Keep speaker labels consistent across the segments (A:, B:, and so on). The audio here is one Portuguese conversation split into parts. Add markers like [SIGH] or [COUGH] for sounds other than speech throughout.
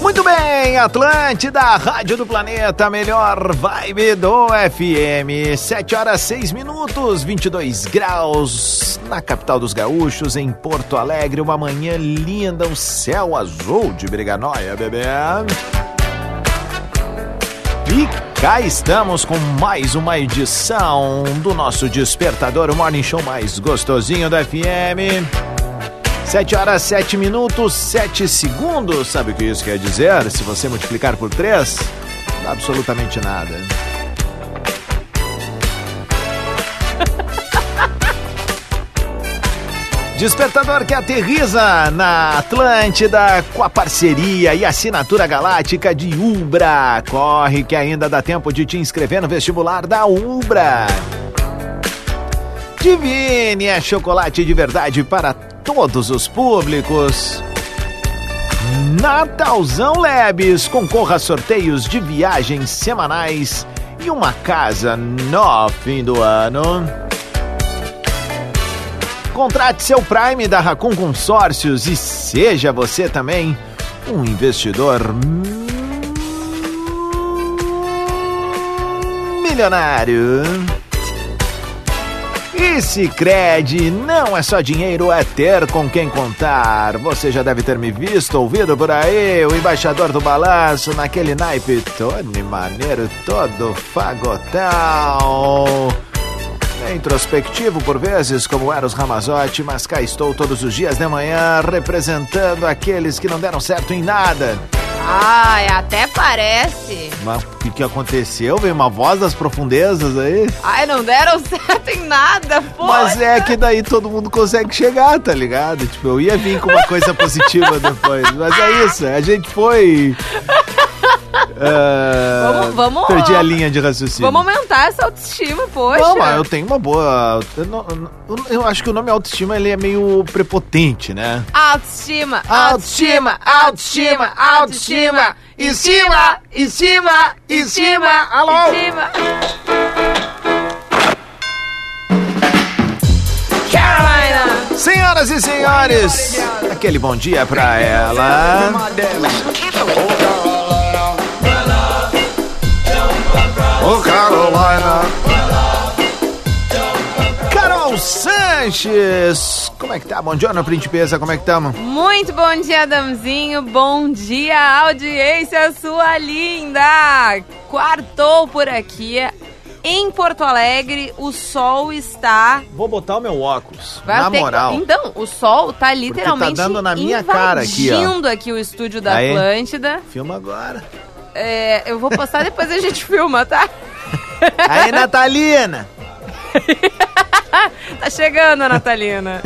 A: Muito bem, Atlântida, Rádio do Planeta, melhor vibe do FM. 7 horas 6 minutos, 22 graus, na capital dos gaúchos, em Porto Alegre. Uma manhã linda, um céu azul de Briganóia, bebê. E cá estamos com mais uma edição do nosso Despertador, o Morning Show mais gostosinho do FM. 7 horas 7 minutos 7 segundos. Sabe o que isso quer dizer? Se você multiplicar por 3, dá absolutamente nada. [LAUGHS] Despertador que aterriza na Atlântida com a parceria e assinatura galáctica de Ubra. Corre que ainda dá tempo de te inscrever no vestibular da Ubra. Divine é chocolate de verdade para todos os públicos. Natalzão Labs, concorra a sorteios de viagens semanais e uma casa no fim do ano. Contrate seu Prime da Racon Consórcios e seja você também um investidor milionário. E Cicred, não é só dinheiro, é ter com quem contar. Você já deve ter me visto, ouvido por aí, o embaixador do balanço, naquele naipe Tony Maneiro, todo fagotão. É introspectivo por vezes, como Eros Ramazotti, mas cá estou todos os dias de manhã representando aqueles que não deram certo em nada.
B: Ai, até parece.
A: Mas o que, que aconteceu? Veio uma voz das profundezas aí?
B: Ai, não deram [LAUGHS] certo em nada, pô.
A: Mas é que daí todo mundo consegue chegar, tá ligado? Tipo, eu ia vir com uma coisa positiva
B: [LAUGHS]
A: depois. Mas é isso, a gente foi. Ah,
B: Vamos- vamos-
A: Perdi a linha de raciocínio.
B: Vamos aumentar essa autoestima, poxa.
A: Não, mas eu tenho uma boa. Eu, não- eu não- eu acho que o nome autoestima ele é meio prepotente, né?
B: Autoestima,
A: Autoestima,
B: autoestima, autoestima, autoestima. Em cima, em cima, em cima.
A: Alô?
B: Em cima. Carolina.
A: Senhoras e senhores, aquele bom dia pra ela.
C: Ô Carolina,
A: Carol Sanches! Como é que tá? Bom dia, Principesa, como é que tamo?
B: Muito bom dia, Adamzinho. Bom dia, audiência sua linda. Quartou por aqui. Em Porto Alegre, o sol está
A: Vou botar o meu óculos.
B: Vai
A: na
B: ter-
A: moral.
B: Então, o sol tá literalmente
A: tá dando na minha
B: invadindo
A: cara aqui, ó.
B: aqui o estúdio da
A: Aí.
B: Atlântida.
A: Filma agora.
B: É, eu vou postar depois a gente [LAUGHS] filma, tá?
A: Aí, Natalina! [LAUGHS]
B: Tá chegando a Natalina.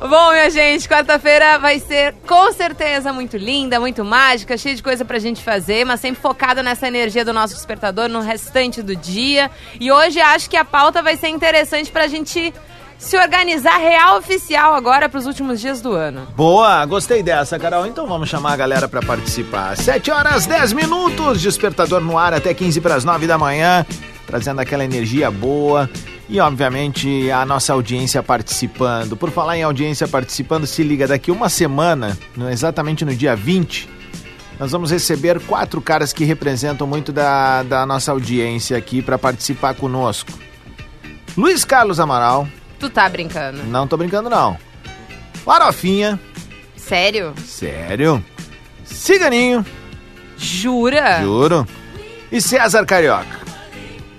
B: Bom, minha gente, quarta-feira vai ser com certeza muito linda, muito mágica, cheia de coisa pra gente fazer, mas sempre focada nessa energia do nosso despertador no restante do dia. E hoje acho que a pauta vai ser interessante pra gente se organizar real oficial agora pros últimos dias do ano.
A: Boa, gostei dessa, Carol. Então vamos chamar a galera pra participar. 7 horas 10 minutos, despertador no ar até 15 para as 9 da manhã, trazendo aquela energia boa e, obviamente, a nossa audiência participando. Por falar em audiência participando, se liga, daqui uma semana, no- exatamente no dia 20, nós vamos receber quatro caras que representam muito da, da nossa audiência aqui para participar conosco. Luiz Carlos Amaral,
B: Tu tá brincando?
A: não tô brincando não. Farofinha.
B: Sério?
A: Sério? Ciganinho,
B: Jura?
A: juro. E César Carioca.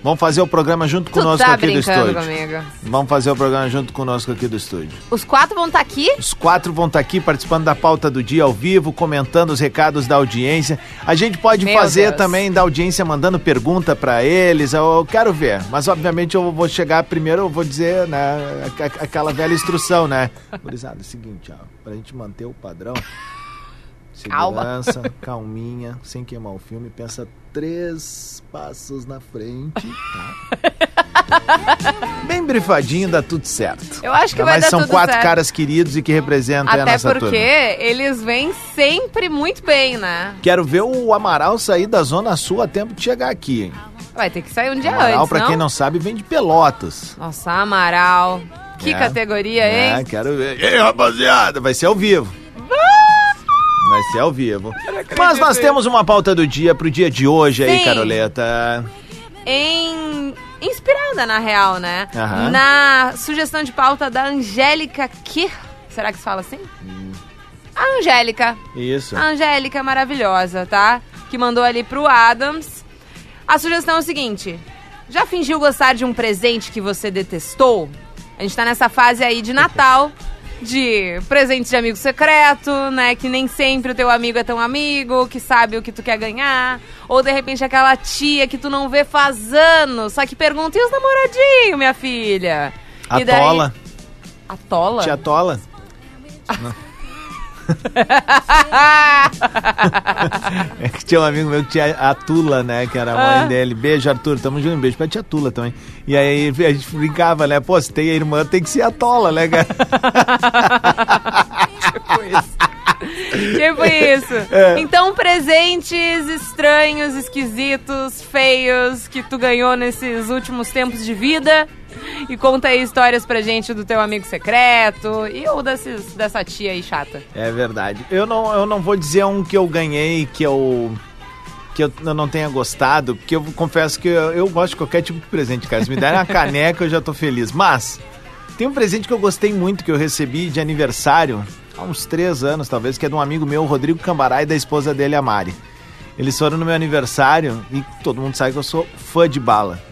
A: Vamos fazer o programa junto
B: Tu
A: conosco
B: tá
A: aqui do
B: brincando
A: estúdio.
B: comigo.
A: Vamos fazer o programa junto conosco aqui do estúdio.
B: Os quatro vão estar aqui?
A: Os quatro vão estar aqui participando da pauta do dia ao vivo, comentando os recados da audiência. A gente pode
B: Meu
A: fazer
B: Deus.
A: também da audiência mandando pergunta pra eles. Eu, eu quero ver, mas obviamente eu vou chegar primeiro, eu vou dizer, né, a- a- aquela velha instrução, né? Gurizada, é o seguinte, ó, pra gente manter o padrão,
B: Calma.
A: segurança, calminha, sem queimar o filme, pensa três passos na frente,
B: [LAUGHS]
A: tá? Bem brifadinho, dá tudo certo. Tá,
B: Eu acho que vai
A: Mas
B: dar
A: são
B: tudo
A: quatro
B: certo.
A: caras queridos e que representam a
B: Até
A: nossa
B: porque
A: turma.
B: eles vêm sempre muito bem, né?
A: Quero ver o Amaral sair da Zona Sul a tempo de chegar aqui. hein?
B: Vai ter que sair um dia
A: Amaral,
B: antes,
A: pra
B: não?
A: quem não sabe, vem de Pelotas.
B: Nossa, Amaral. Que
A: É.
B: categoria,
A: É,
B: hein?
A: quero ver. Ei, rapaziada, vai ser ao vivo. Vai ser ao vivo. Mas nós temos uma pauta do dia pro dia de hoje aí,
B: Sim.
A: Caroleta.
B: Em... Inspirada, na real, né?
A: Aham.
B: Na sugestão de pauta da Angélica Kir. Será que se fala assim?
A: Hum.
B: A Angélica.
A: Isso.
B: A Angélica é maravilhosa, tá? Que mandou ali pro Adams. A sugestão é o seguinte: já fingiu gostar de um presente que você detestou? A gente tá nessa fase aí de Natal, de presente de amigo secreto, né? Que nem sempre o teu amigo é tão amigo, que sabe o que tu quer ganhar. Ou de repente aquela tia que tu não vê faz anos, só que pergunta: e os namoradinhos, minha filha?
A: A
B: E daí-
A: Tola.
B: A Tola?
A: Tia Tola. [LAUGHS] É que tinha um amigo meu que tinha a Tula, né? Que era a mãe
B: Ah.
A: dele. Beijo, Arthur. Tamo junto. Um beijo pra tia Tula também. E aí a gente brincava, né? Pô, se tem a irmã, tem que ser a Tola, né, cara?
B: Tipo
A: [LAUGHS]
B: isso.
A: É.
B: Então, presentes estranhos, esquisitos, feios que tu ganhou nesses últimos tempos de vida. E conta aí histórias pra gente do teu amigo secreto e ou desses, dessa tia aí chata.
A: É verdade. Eu não, eu não vou dizer um que eu ganhei, que eu. Que eu eu não tenha gostado, porque eu confesso que eu, eu gosto de qualquer tipo de presente, cara. Se me derem uma caneca, eu já tô feliz. Mas, tem um presente que eu gostei muito, que eu recebi de aniversário, há uns três anos talvez, que é de um amigo meu, Rodrigo Cambará, e da esposa dele, a Mari. Eles foram no meu aniversário, e todo mundo sabe que eu sou fã de bala.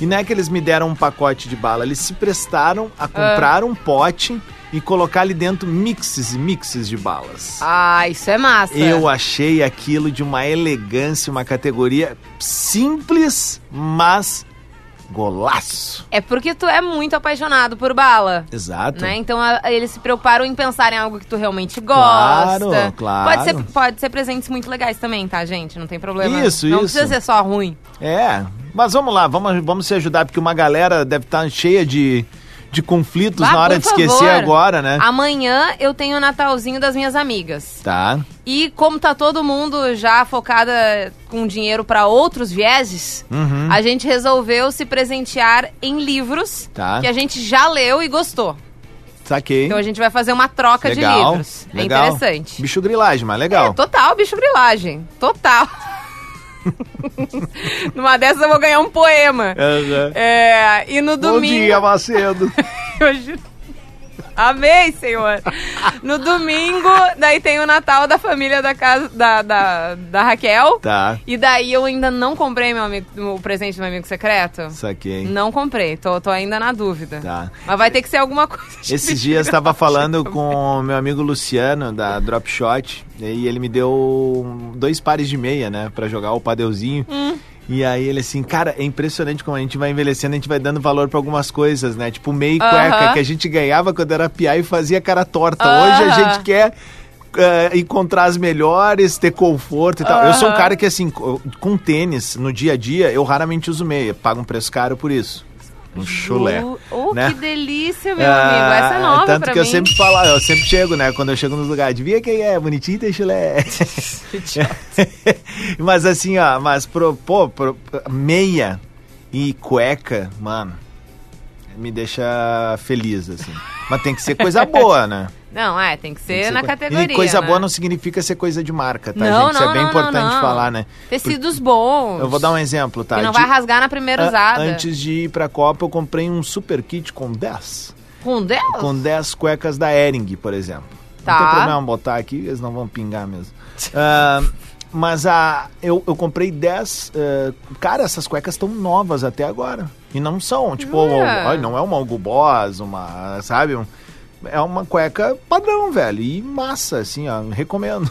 A: E não é que eles me deram um pacote de bala, eles se prestaram a comprar um pote e colocar ali dentro mixes e mixes de balas.
B: Ah, isso é massa.
A: Eu achei aquilo de uma elegância, uma categoria simples, mas golaço.
B: É porque tu é muito apaixonado por bala.
A: Exato.
B: Né? Então a- eles se preocuparam em pensar em algo que tu realmente gosta.
A: Claro, claro.
B: Pode ser, pode ser presentes muito legais também, tá, gente? Não tem problema.
A: Isso,
B: Não
A: isso.
B: precisa ser só ruim.
A: É, mas vamos lá, vamos, vamos se ajudar, porque uma galera deve estar cheia de, de conflitos
B: Vá,
A: na hora
B: por
A: de esquecer
B: favor.
A: agora, né?
B: Amanhã eu tenho o Natalzinho das minhas amigas.
A: Tá.
B: E como tá todo mundo já focada com dinheiro pra outros vieses,
A: Uhum.
B: a gente resolveu se presentear em livros
A: Tá.
B: que a gente já leu e gostou.
A: Saquei.
B: Então a gente vai fazer uma troca de
A: legal,
B: livros.
A: legal.
B: É interessante.
A: Bicho grilagem, mas legal.
B: É, total, bicho brilagem. Total. [LAUGHS] Numa dessas eu vou ganhar um poema.
A: Aham.
B: É, e no
A: Bom
B: domingo.
A: dia, Macedo.
B: [LAUGHS] Eu ju- Amei, senhor. No domingo, daí tem o Natal da família da casa da, da, da Raquel.
A: tá,
B: E daí eu ainda não comprei meu amigo, o presente do meu amigo secreto.
A: saquei.
B: Não comprei, tô, tô ainda na dúvida.
A: Tá.
B: Mas vai ter que ser alguma coisa. de
A: Esses dias estava falando com o meu amigo Luciano da Drop Shot e ele me deu um, dois pares de meia, né, Pra jogar o padeuzinho.
D: Hum.
A: E aí ele assim, cara, é impressionante como a gente vai envelhecendo, a gente vai dando valor pra algumas coisas, né? Tipo meia e cueca
B: Aham.
A: que a gente ganhava quando era piá e fazia cara torta.
B: Aham.
A: Hoje a gente quer eh, encontrar as melhores, ter conforto e tal. Eu sou um
B: Aham.
A: cara que assim, co- com tênis no dia a dia, eu raramente uso meia, pago um preço caro por isso. Um chulé.
B: Ju- Oh,
A: né?
B: que delícia, meu
A: Ah,
B: amigo. Essa é nova
A: Tanto
B: pra
A: que
B: mim.
A: eu sempre falo, eu sempre chego, né? Quando eu chego nos lugares, adivinha quem é, bonitinho e tem
B: [LAUGHS]
A: chulé. [LAUGHS] mas assim, ó, mas pro, pô, pro- meia e cueca, mano, me deixa feliz, assim. Mas tem que ser
B: [LAUGHS]
A: coisa boa, né?
B: Não, é, tem que ser,
A: Tem que ser
B: na
A: coi-
B: categoria.
A: E coisa
B: né?
A: boa não significa ser coisa de marca, tá,
B: Não,
A: gente? Isso
B: não,
A: é
B: não,
A: bem
B: não,
A: importante
B: não.
A: falar, né?
B: Tecidos bons.
A: Eu vou dar um exemplo, tá?
B: Que não
A: De-
B: vai rasgar na primeira
A: an-
B: usada.
A: Antes de ir pra Copa, eu comprei um super kit com 10.
B: Com Deus?
A: com 10 cuecas da Ering, por exemplo.
B: Tá.
A: Não tem problema botar aqui, eles não vão pingar mesmo. Ah, Mas a, eu, eu comprei 10. eh, cara, essas cuecas estão novas até agora. E não são, tipo,
B: Jura?
A: ai, não é uma Hugo Boss, uma, sabe? um- é uma cueca padrão, velho. E massa, assim, ó. Recomendo.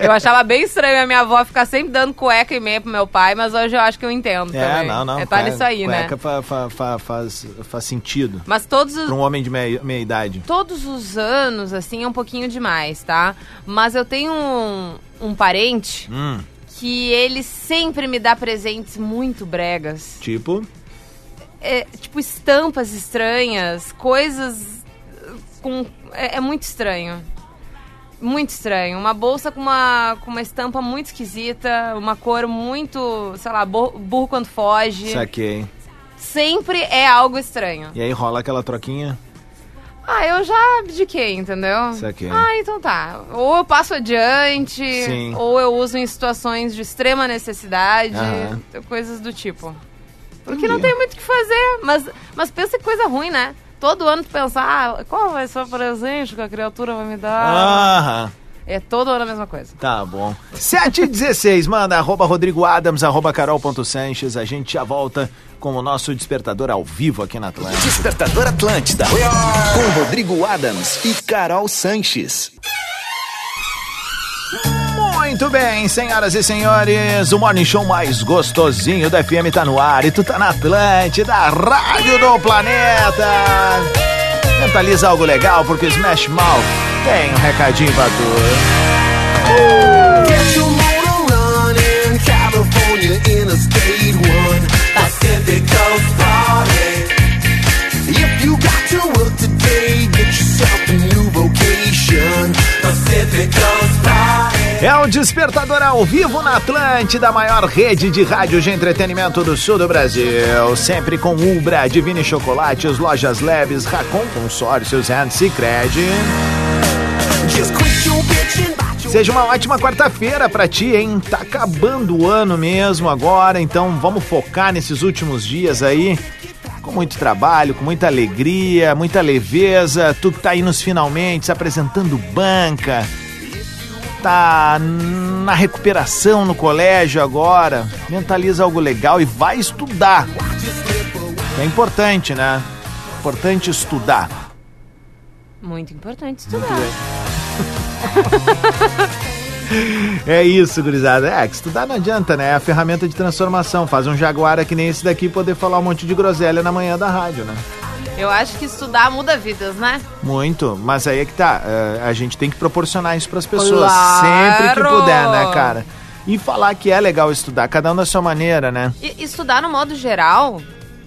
B: Eu achava bem estranho a minha avó ficar sempre dando cueca e meia pro meu pai, mas hoje eu acho que eu entendo.
A: [LAUGHS] É,
B: também.
A: não, não.
B: É, tá
A: cueca-
B: nisso aí, né?
A: Cueca fa- fa- fa- faz, faz sentido.
B: Mas todos os,
A: Pra um homem de meia, meia idade.
B: todos os anos, assim, é um pouquinho demais, tá? Mas eu tenho um, um parente
A: Hum,
B: que ele sempre me dá presentes muito bregas.
A: tipo.
B: É, tipo, estampas estranhas, coisas uh, com... É, é muito estranho. Muito estranho. Uma bolsa com uma, com uma estampa muito esquisita, uma cor muito, sei lá, bo- burro quando foge.
A: Saquei.
B: Sempre é algo estranho.
A: E aí rola aquela troquinha.
B: Ah, eu já abdiquei, entendeu?
A: Saquei.
B: Ah, então tá. Ou eu passo adiante,
A: Sim.
B: ou eu uso em situações de extrema necessidade,
A: Aham.
B: coisas do tipo. Porque não
A: Entendi.
B: tem muito o que fazer, mas, mas pensa que coisa ruim, né? Todo ano tu pensa, ah, qual vai ser o presente que a criatura vai me dar?
A: Aham.
B: É todo ano a mesma coisa.
A: Ah, Tá bom. 7 e 16, manda arroba Rodrigo Adams, arroba carol.sanches. A gente já volta com o nosso despertador ao vivo aqui na Atlântica.
E: Despertador Atlântida. Com Rodrigo Adams e Carol Sanches.
A: Muito bem, senhoras e senhores, o morning show mais gostosinho da FM tá no ar e tu tá na Atlântida, a rádio do planeta. Mentaliza algo legal porque Smash Mouth tem um recadinho pra tu.
F: Get your motor running, California Interstate 1. I said they come party. If you got to work today, get yourself a new vocation. I said they come party.
A: É o Despertador ao vivo na Atlântida, a maior rede de rádio de entretenimento do sul do Brasil. Sempre com Ubra, Divine Chocolates, Lojas Leves, Racon Consórcios and Cicred.
F: Just quit your bitching about your
A: Seja uma ótima quarta-feira pra ti, hein? Tá acabando o ano mesmo agora, então vamos focar nesses últimos dias aí. Com muito trabalho, com muita alegria, muita leveza. Tu que tá aí nos finalmente, se apresentando banca. Tá na recuperação no colégio agora. Mentaliza algo legal e vai estudar. É importante, né? Importante estudar.
B: Muito importante estudar.
A: É isso, gurizada. É, que estudar não adianta, né? É a ferramenta de transformação. Faz um jaguara que nem esse daqui poder falar um monte de groselha na manhã da rádio, né?
B: Eu acho que estudar muda vidas, né?
A: Muito, mas aí é que tá. é, a gente tem que proporcionar isso pras pessoas
B: Claro!
A: sempre que puder, né, cara? E falar que é legal estudar, cada um da sua maneira, né?
B: E- estudar no modo geral,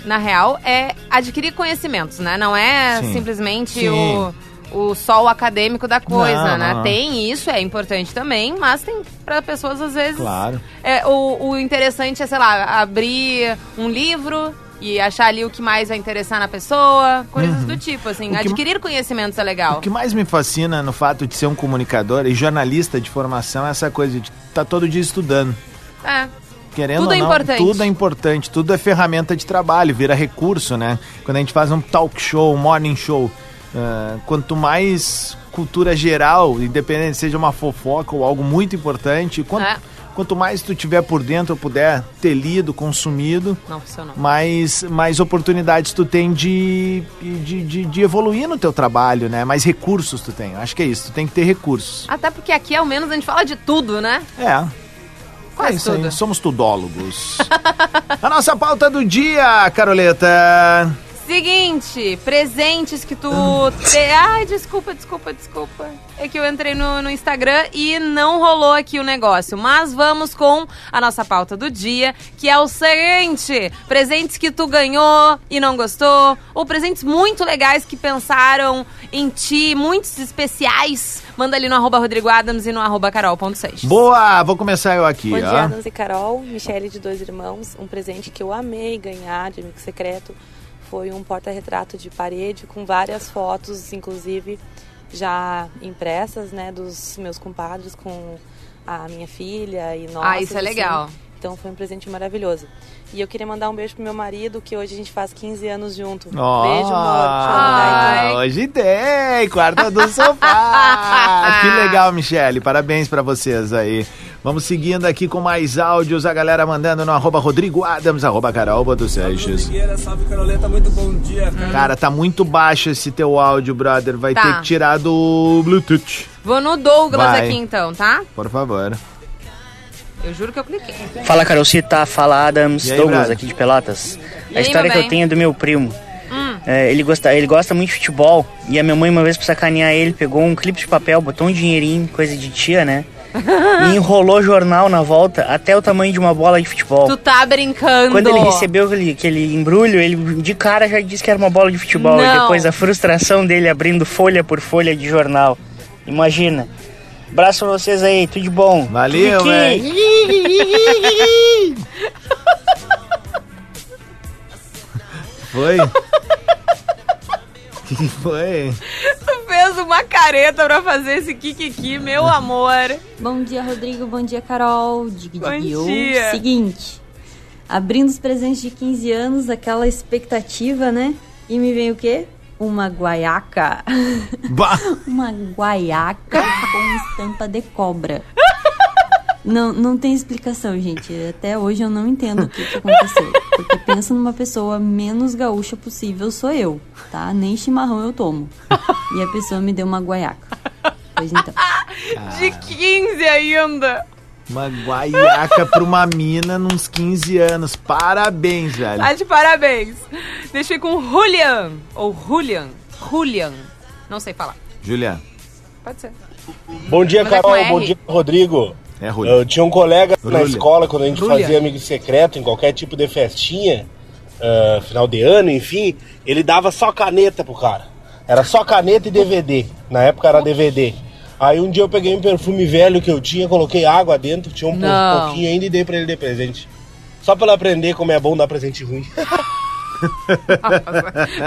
B: na real, é adquirir conhecimentos, né? Não é
A: Sim.
B: simplesmente
A: Sim.
B: o, o sol acadêmico da coisa,
A: Não,
B: né?
A: não.
B: Tem isso, é importante também, mas tem para pessoas às vezes.
A: Claro.
B: É, o, o interessante é, sei lá, abrir um livro e achar ali o que mais vai interessar na pessoa, coisas do tipo, assim.
A: Uhum. O que-
B: Adquirir conhecimentos é legal.
A: O que mais me fascina no fato de ser um comunicador e jornalista de formação é essa coisa de tá todo dia estudando.
B: É.
A: Querendo
B: Tudo
A: ou
B: é
A: não,
B: importante.
A: tudo é importante, tudo é ferramenta de trabalho, vira recurso, né? Quando a gente faz um talk show, um morning show, ah, quanto mais cultura geral, independente seja uma fofoca ou algo muito importante, quanto,
B: É.
A: quanto mais tu tiver por dentro, puder ter lido, consumido,
B: Não funcionou.
A: mais, mais oportunidades tu tem de, de, de, de evoluir no teu trabalho, né? Mais recursos tu tem. Acho que é isso, tu tem que ter recursos.
B: Até porque aqui, ao menos, a gente fala de tudo, né?
A: É.
B: Quase
A: é isso aí,
B: tudo.
A: somos tudólogos. [LAUGHS] A nossa pauta do dia, Caroleta.
B: Seguinte, presentes que tu. Te... Ai, desculpa, desculpa, desculpa. É que eu entrei no, no Instagram e não rolou aqui o negócio. Mas vamos com a nossa pauta do dia, que é o seguinte: presentes que tu ganhou e não gostou, ou presentes muito legais que pensaram em ti, muitos especiais. Manda ali no arroba Rodrigo Adams e no arroba carol.6.
A: Boa, vou começar eu aqui,
G: Bom
A: ó.
G: dia, Adams e Carol, Michele de Dois Irmãos. Um presente que eu amei ganhar de amigo secreto foi um porta-retrato de parede com várias fotos, inclusive já impressas, né, dos meus compadres com a minha filha e nós.
B: Ah, isso é legal.
G: Então foi um presente maravilhoso. E eu queria mandar um beijo pro meu marido, que hoje a gente faz 15 anos junto. Beijo, amor.
B: Ai.
A: Ah, Hoje tem, quarta do sofá. que legal, Michele. Parabéns pra vocês aí. Vamos seguindo aqui com mais áudios. A galera mandando no arroba Rodrigo Adams, arroba Carolba dos Seixas.
H: Figueira, salve Caroleta, muito bom dia. cara.
A: Cara, tá muito baixo esse teu áudio, brother. Vai
B: Tá.
A: ter que tirar do Bluetooth,
B: Vou no Douglas
A: Vai.
B: aqui então, tá?
A: por favor.
B: Eu juro que eu cliquei. [LAUGHS]
I: Fala Carolcita, fala Adams,
A: E aí,
I: Douglas
A: Brad?
I: aqui de Pelotas.
B: E
I: a
B: aí,
I: história
B: meu
I: que
B: bem? Hum.
I: eu tenho é do meu primo. É, ele, gosta, ele gosta muito de futebol e a minha mãe, uma vez pra sacanear ele, pegou um clipe de papel, botou um dinheirinho, coisa de tia, né?
B: Ah.
I: e enrolou jornal na volta até o tamanho de uma bola de futebol.
B: Tu tá brincando.
I: Quando ele recebeu aquele, aquele embrulho, ele de cara já disse que era uma bola de futebol. E
B: Não.
I: depois a frustração dele abrindo folha por folha de jornal. Imagina. Abraço pra vocês aí, tudo de bom.
A: Valeu,
I: Kiki.
A: velho. Foi? [LAUGHS] O que que foi?
B: Tu fez uma careta pra fazer esse kikiki, meu amor.
J: Bom dia, Rodrigo. Bom dia, Carol. Dig,
B: Bom
J: dig, eu.
B: dia.
J: Seguinte, abrindo os presentes de 15 anos, aquela expectativa, né? E me vem o quê? Uma guaiaca.
A: Bah!
J: [LAUGHS] Uma guaiaca com estampa de cobra. Não, não tem explicação, gente. Até hoje eu não entendo o que, que aconteceu. Porque pensa numa pessoa menos gaúcha possível, sou eu, tá? Nem chimarrão eu tomo. E a pessoa me deu uma guaiaca. Pois então.
B: De 15 ainda.
A: Uma guaiaca pra uma mina nos 15 anos. Parabéns, velho.
B: Tá de parabéns. Deixa eu ir com Julian. Ou Julian. Julian. Não sei falar.
A: Julian,
B: Pode ser.
K: Bom dia,
B: Mas é
K: Carol.
B: com R.
K: Bom dia, Rodrigo.
A: é
K: Eu
A: ruim.
K: tinha um colega na
A: Rulha.
K: escola, quando a gente
B: Rulha.
K: fazia amigo secreto, em qualquer tipo de festinha, ah, final de ano, enfim, ele dava só caneta pro cara. Era só caneta e DVD. Na época era DVD. Aí um dia eu peguei um perfume velho que eu tinha, coloquei água dentro, tinha um po-
B: Não.
K: pouquinho ainda e dei pra ele de presente. Só pra ele aprender como é bom dar presente ruim.
B: [LAUGHS]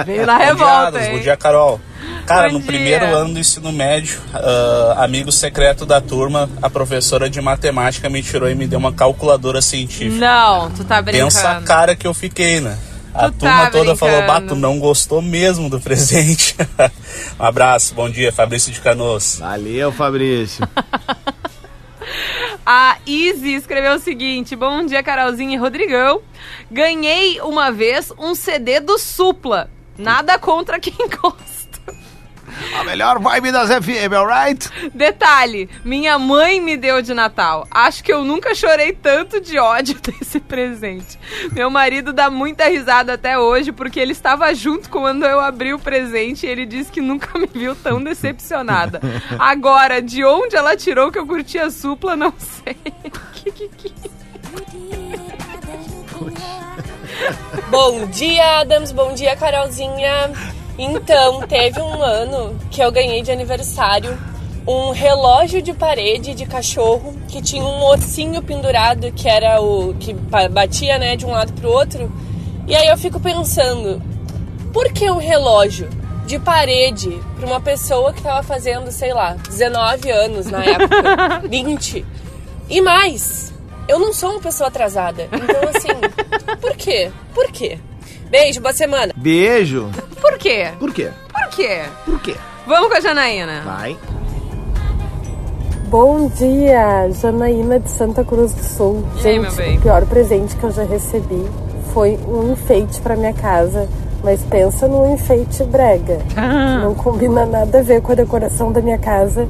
B: Veio na revolta,
H: É, Bom
B: hein?
H: dia, Carol. Cara,
B: Bom
H: no
B: dia.
H: primeiro ano do ensino médio, ah, amigo secreto da turma, a professora de matemática me tirou e me deu uma calculadora científica.
B: Não, tu tá
H: Pensa a
B: brincando.
H: cara que eu fiquei, né? A
B: Tu
H: turma
B: tá
H: toda falou,
B: brincando.
H: Bato, não gostou mesmo do presente. [LAUGHS] um abraço, bom dia, Fabrício de Canoas.
A: Valeu, Fabrício.
B: A Izzy escreveu o seguinte: Bom dia, Carolzinha e Rodrigão. Ganhei uma vez um CD do Supla. Nada contra quem [LAUGHS] gosta.
A: A melhor vibe das FM, alright?
B: Detalhe: minha mãe me deu de Natal. Acho que eu nunca chorei tanto de ódio [LAUGHS] desse presente. Meu marido dá muita risada até hoje porque ele estava junto quando eu abri o presente e ele disse que nunca me viu tão decepcionada. Agora, de onde ela tirou que eu curtia Supla, não sei. Kikiki.
L: Bom dia, Adams. Bom dia, Carolzinha. Então, teve um ano que eu ganhei de aniversário um relógio de parede de cachorro que tinha um ossinho pendurado que era o que pa- batia, né, de um lado pro outro. E aí eu fico pensando, por que um relógio de parede para uma pessoa que tava fazendo, sei lá, 19 anos na época, [LAUGHS] 20? E mais, eu não sou uma pessoa atrasada. Então, assim, por quê? Por quê? Beijo, boa semana.
A: [LAUGHS] Beijo.
B: Por quê?
A: Por quê?
B: Por quê?
A: Por quê?
B: Vamos com a Janaína.
A: Vai.
L: Bom dia, Janaína de Santa Cruz do Sul.
B: E aí, meu bem?
L: O pior presente que eu já recebi foi um enfeite para minha casa, mas pensa num enfeite brega.
B: Ah.
L: Não combina nada a ver com a decoração da minha casa.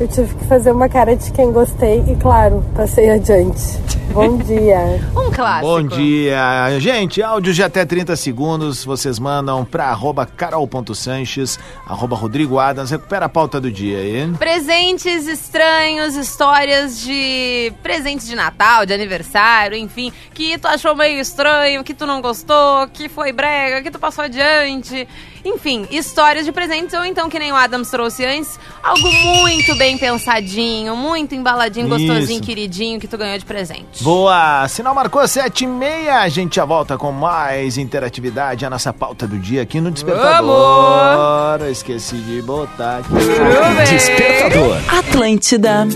L: Eu tive que fazer uma cara de quem gostei e, claro, passei adiante.
B: [LAUGHS]
L: Bom dia.
B: Um clássico.
A: Bom dia. Gente, áudios de até 30 segundos. Vocês mandam pra arroba carol.sanches, arroba Rodrigo Adams. Recupera a pauta do dia aí.
B: Presentes estranhos, histórias de presentes de Natal, de aniversário, enfim, que tu achou meio estranho, que tu não gostou, que foi brega, que tu passou adiante. Enfim, histórias de presentes, ou então, que nem o Adams trouxe antes, algo muito bem pensadinho, muito embaladinho, gostosinho,
A: Isso.
B: queridinho, que tu ganhou de presente.
A: Boa! Sinal marcou sete e meia. A gente já volta com mais interatividade. A nossa pauta do dia aqui no Despertador. Esqueci de botar aqui.
B: Tudo bem?
M: Despertador.
J: Atlântida.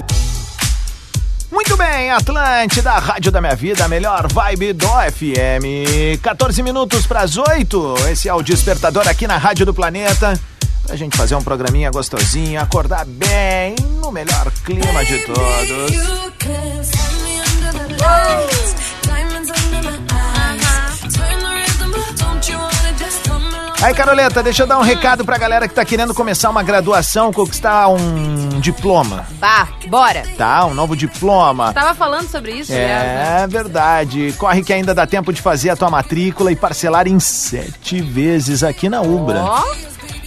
A: Muito bem, Atlântida, Rádio da Minha Vida, a melhor vibe do FM. 14 minutos para as 8. Esse é o despertador aqui na Rádio do Planeta. Pra gente fazer um programinha gostosinho, acordar bem, no melhor clima de todos. Aí, Caroleta, deixa eu dar um recado pra galera que tá querendo começar uma graduação, conquistar um diploma,
B: Bah, bora.
A: tá? Um novo diploma.
B: Tava falando sobre isso, né?
A: É verdade. Corre que ainda dá tempo de fazer a tua matrícula e parcelar em sete vezes aqui na Ubra.
B: Ó.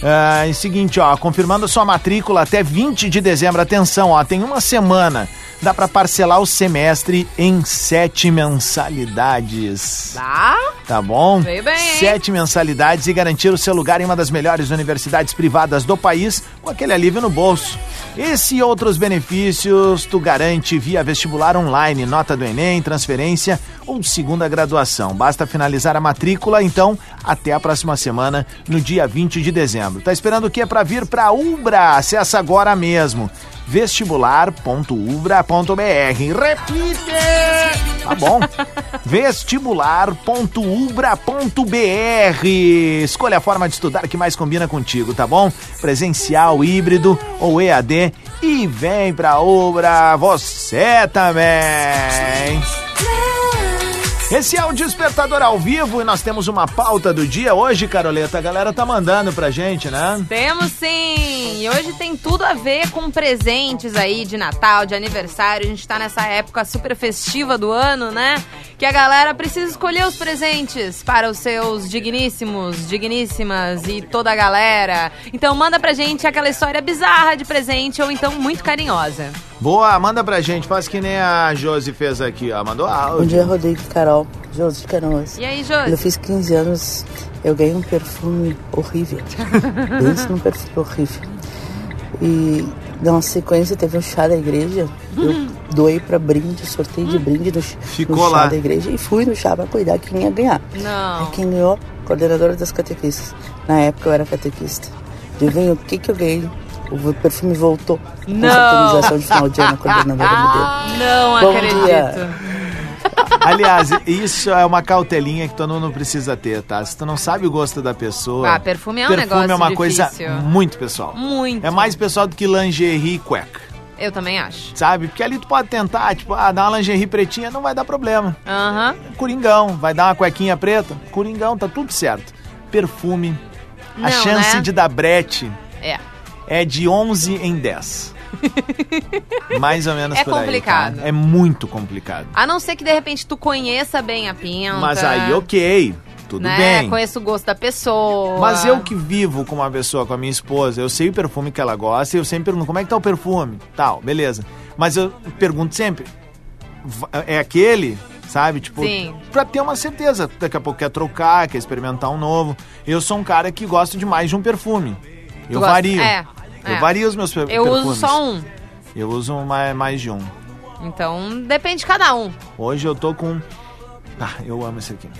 A: Ah, é o seguinte, ó, confirmando sua matrícula até 20 de dezembro. Atenção, ó, tem uma semana. Dá pra parcelar o semestre em sete mensalidades.
B: Bah.
A: Tá bom?
B: Veio bem, hein?
A: Sete mensalidades e garantir o seu lugar em uma das melhores universidades privadas do país com aquele alívio no bolso. Esse e outros benefícios tu garante via vestibular online, nota do Enem, transferência ou segunda graduação. Basta finalizar a matrícula, então, até a próxima semana, no dia 20 de dezembro. Tá esperando o quê para vir pra Ubra? Acessa agora mesmo vestibular.ubra.br. Repite! Tá bom? vestibular.ubra.br. Escolha a forma de estudar que mais combina contigo, tá bom? Presencial, híbrido ou EAD. E vem pra Ubra você também! Esse é o Despertador ao vivo e nós temos uma pauta do dia hoje, Caroleta. A galera tá mandando pra gente, né?
B: Temos sim! E hoje tem tudo a ver com presentes aí de Natal, de aniversário. A gente tá nessa época super festiva do ano, né? Que a galera precisa escolher os presentes para os seus digníssimos, digníssimas e toda a galera. Então manda pra gente aquela história bizarra de presente ou então muito carinhosa.
A: Boa, manda pra gente. Faz que nem a Josi fez aqui, ó. Mandou áudio.
N: Bom dia, Rodrigo, Carol, Josi de Canoas.
B: E aí,
N: Quando
B: Josi?
N: eu fiz 15 anos, eu ganhei um perfume
B: [LAUGHS]
N: horrível. Pense num perfume horrível. E, na sequência, teve um chá da igreja. Eu doei pra brinde, sorteio
B: Hum.
N: de brinde no, ch- no
O: Ficou
N: chá
O: lá.
N: da igreja. E fui no chá pra cuidar quem ia ganhar.
B: Não.
N: Aí quem ganhou, coordenadora das catequistas. Na época eu era catequista. Adivinha o que que eu ganhei? O perfume voltou. com
B: Não.
N: Confraternização de final de ano, a coordenadora
A: [LAUGHS]
N: me deu.
B: Não
N: Bom
B: acredito.
N: dia.
A: Aliás, isso é uma cautelinha que todo mundo precisa ter, tá? Se tu não sabe o gosto da pessoa.
B: Ah, perfume é um
A: Perfume é
B: negócio
A: uma
B: difícil.
A: coisa muito pessoal.
B: Muito. [LAUGHS]
A: É mais pessoal do que lingerie e cueca,
B: Eu também [LAUGHS]
A: [LAUGHS]
B: acho.
A: sabe? Porque ali tu pode tentar, tipo, ah, dar uma lingerie pretinha, não vai dar problema.
B: Aham.
A: Coringão, vai dar uma cuequinha preta? Coringão, tá tudo certo. Perfume. A
B: Não,
A: chance
B: né?
A: de dar brete
B: É.
A: é de 11 em
B: [LAUGHS]
A: 10. mais ou menos
B: É
A: por aí. tá?
B: complicado.
A: É muito complicado.
B: A não ser que de repente tu conheça bem a pinta.
A: Mas aí, ok, tudo
B: tá. né?
A: bem.
B: Conheço o gosto da pessoa.
A: Mas eu que vivo com uma pessoa, com a minha esposa, eu sei o perfume que ela gosta e eu sempre pergunto como é que tá o perfume, tal, beleza. Mas eu pergunto sempre, va- é aquele, sabe? Tipo,
B: Sim.
A: pra ter uma certeza. Daqui a pouco quer trocar, quer experimentar um novo. Eu sou um cara que gosto de mais de um perfume.
B: Tu
A: Eu
B: gosta-
A: vario.
B: é,
A: Eu
B: é.
A: vario os meus per-
B: Eu
A: perfumes.
B: uso só um.
A: Eu uso mais, mais de um.
B: Então depende de cada um.
A: Hoje eu tô com. Ah, eu amo esse aqui. Tá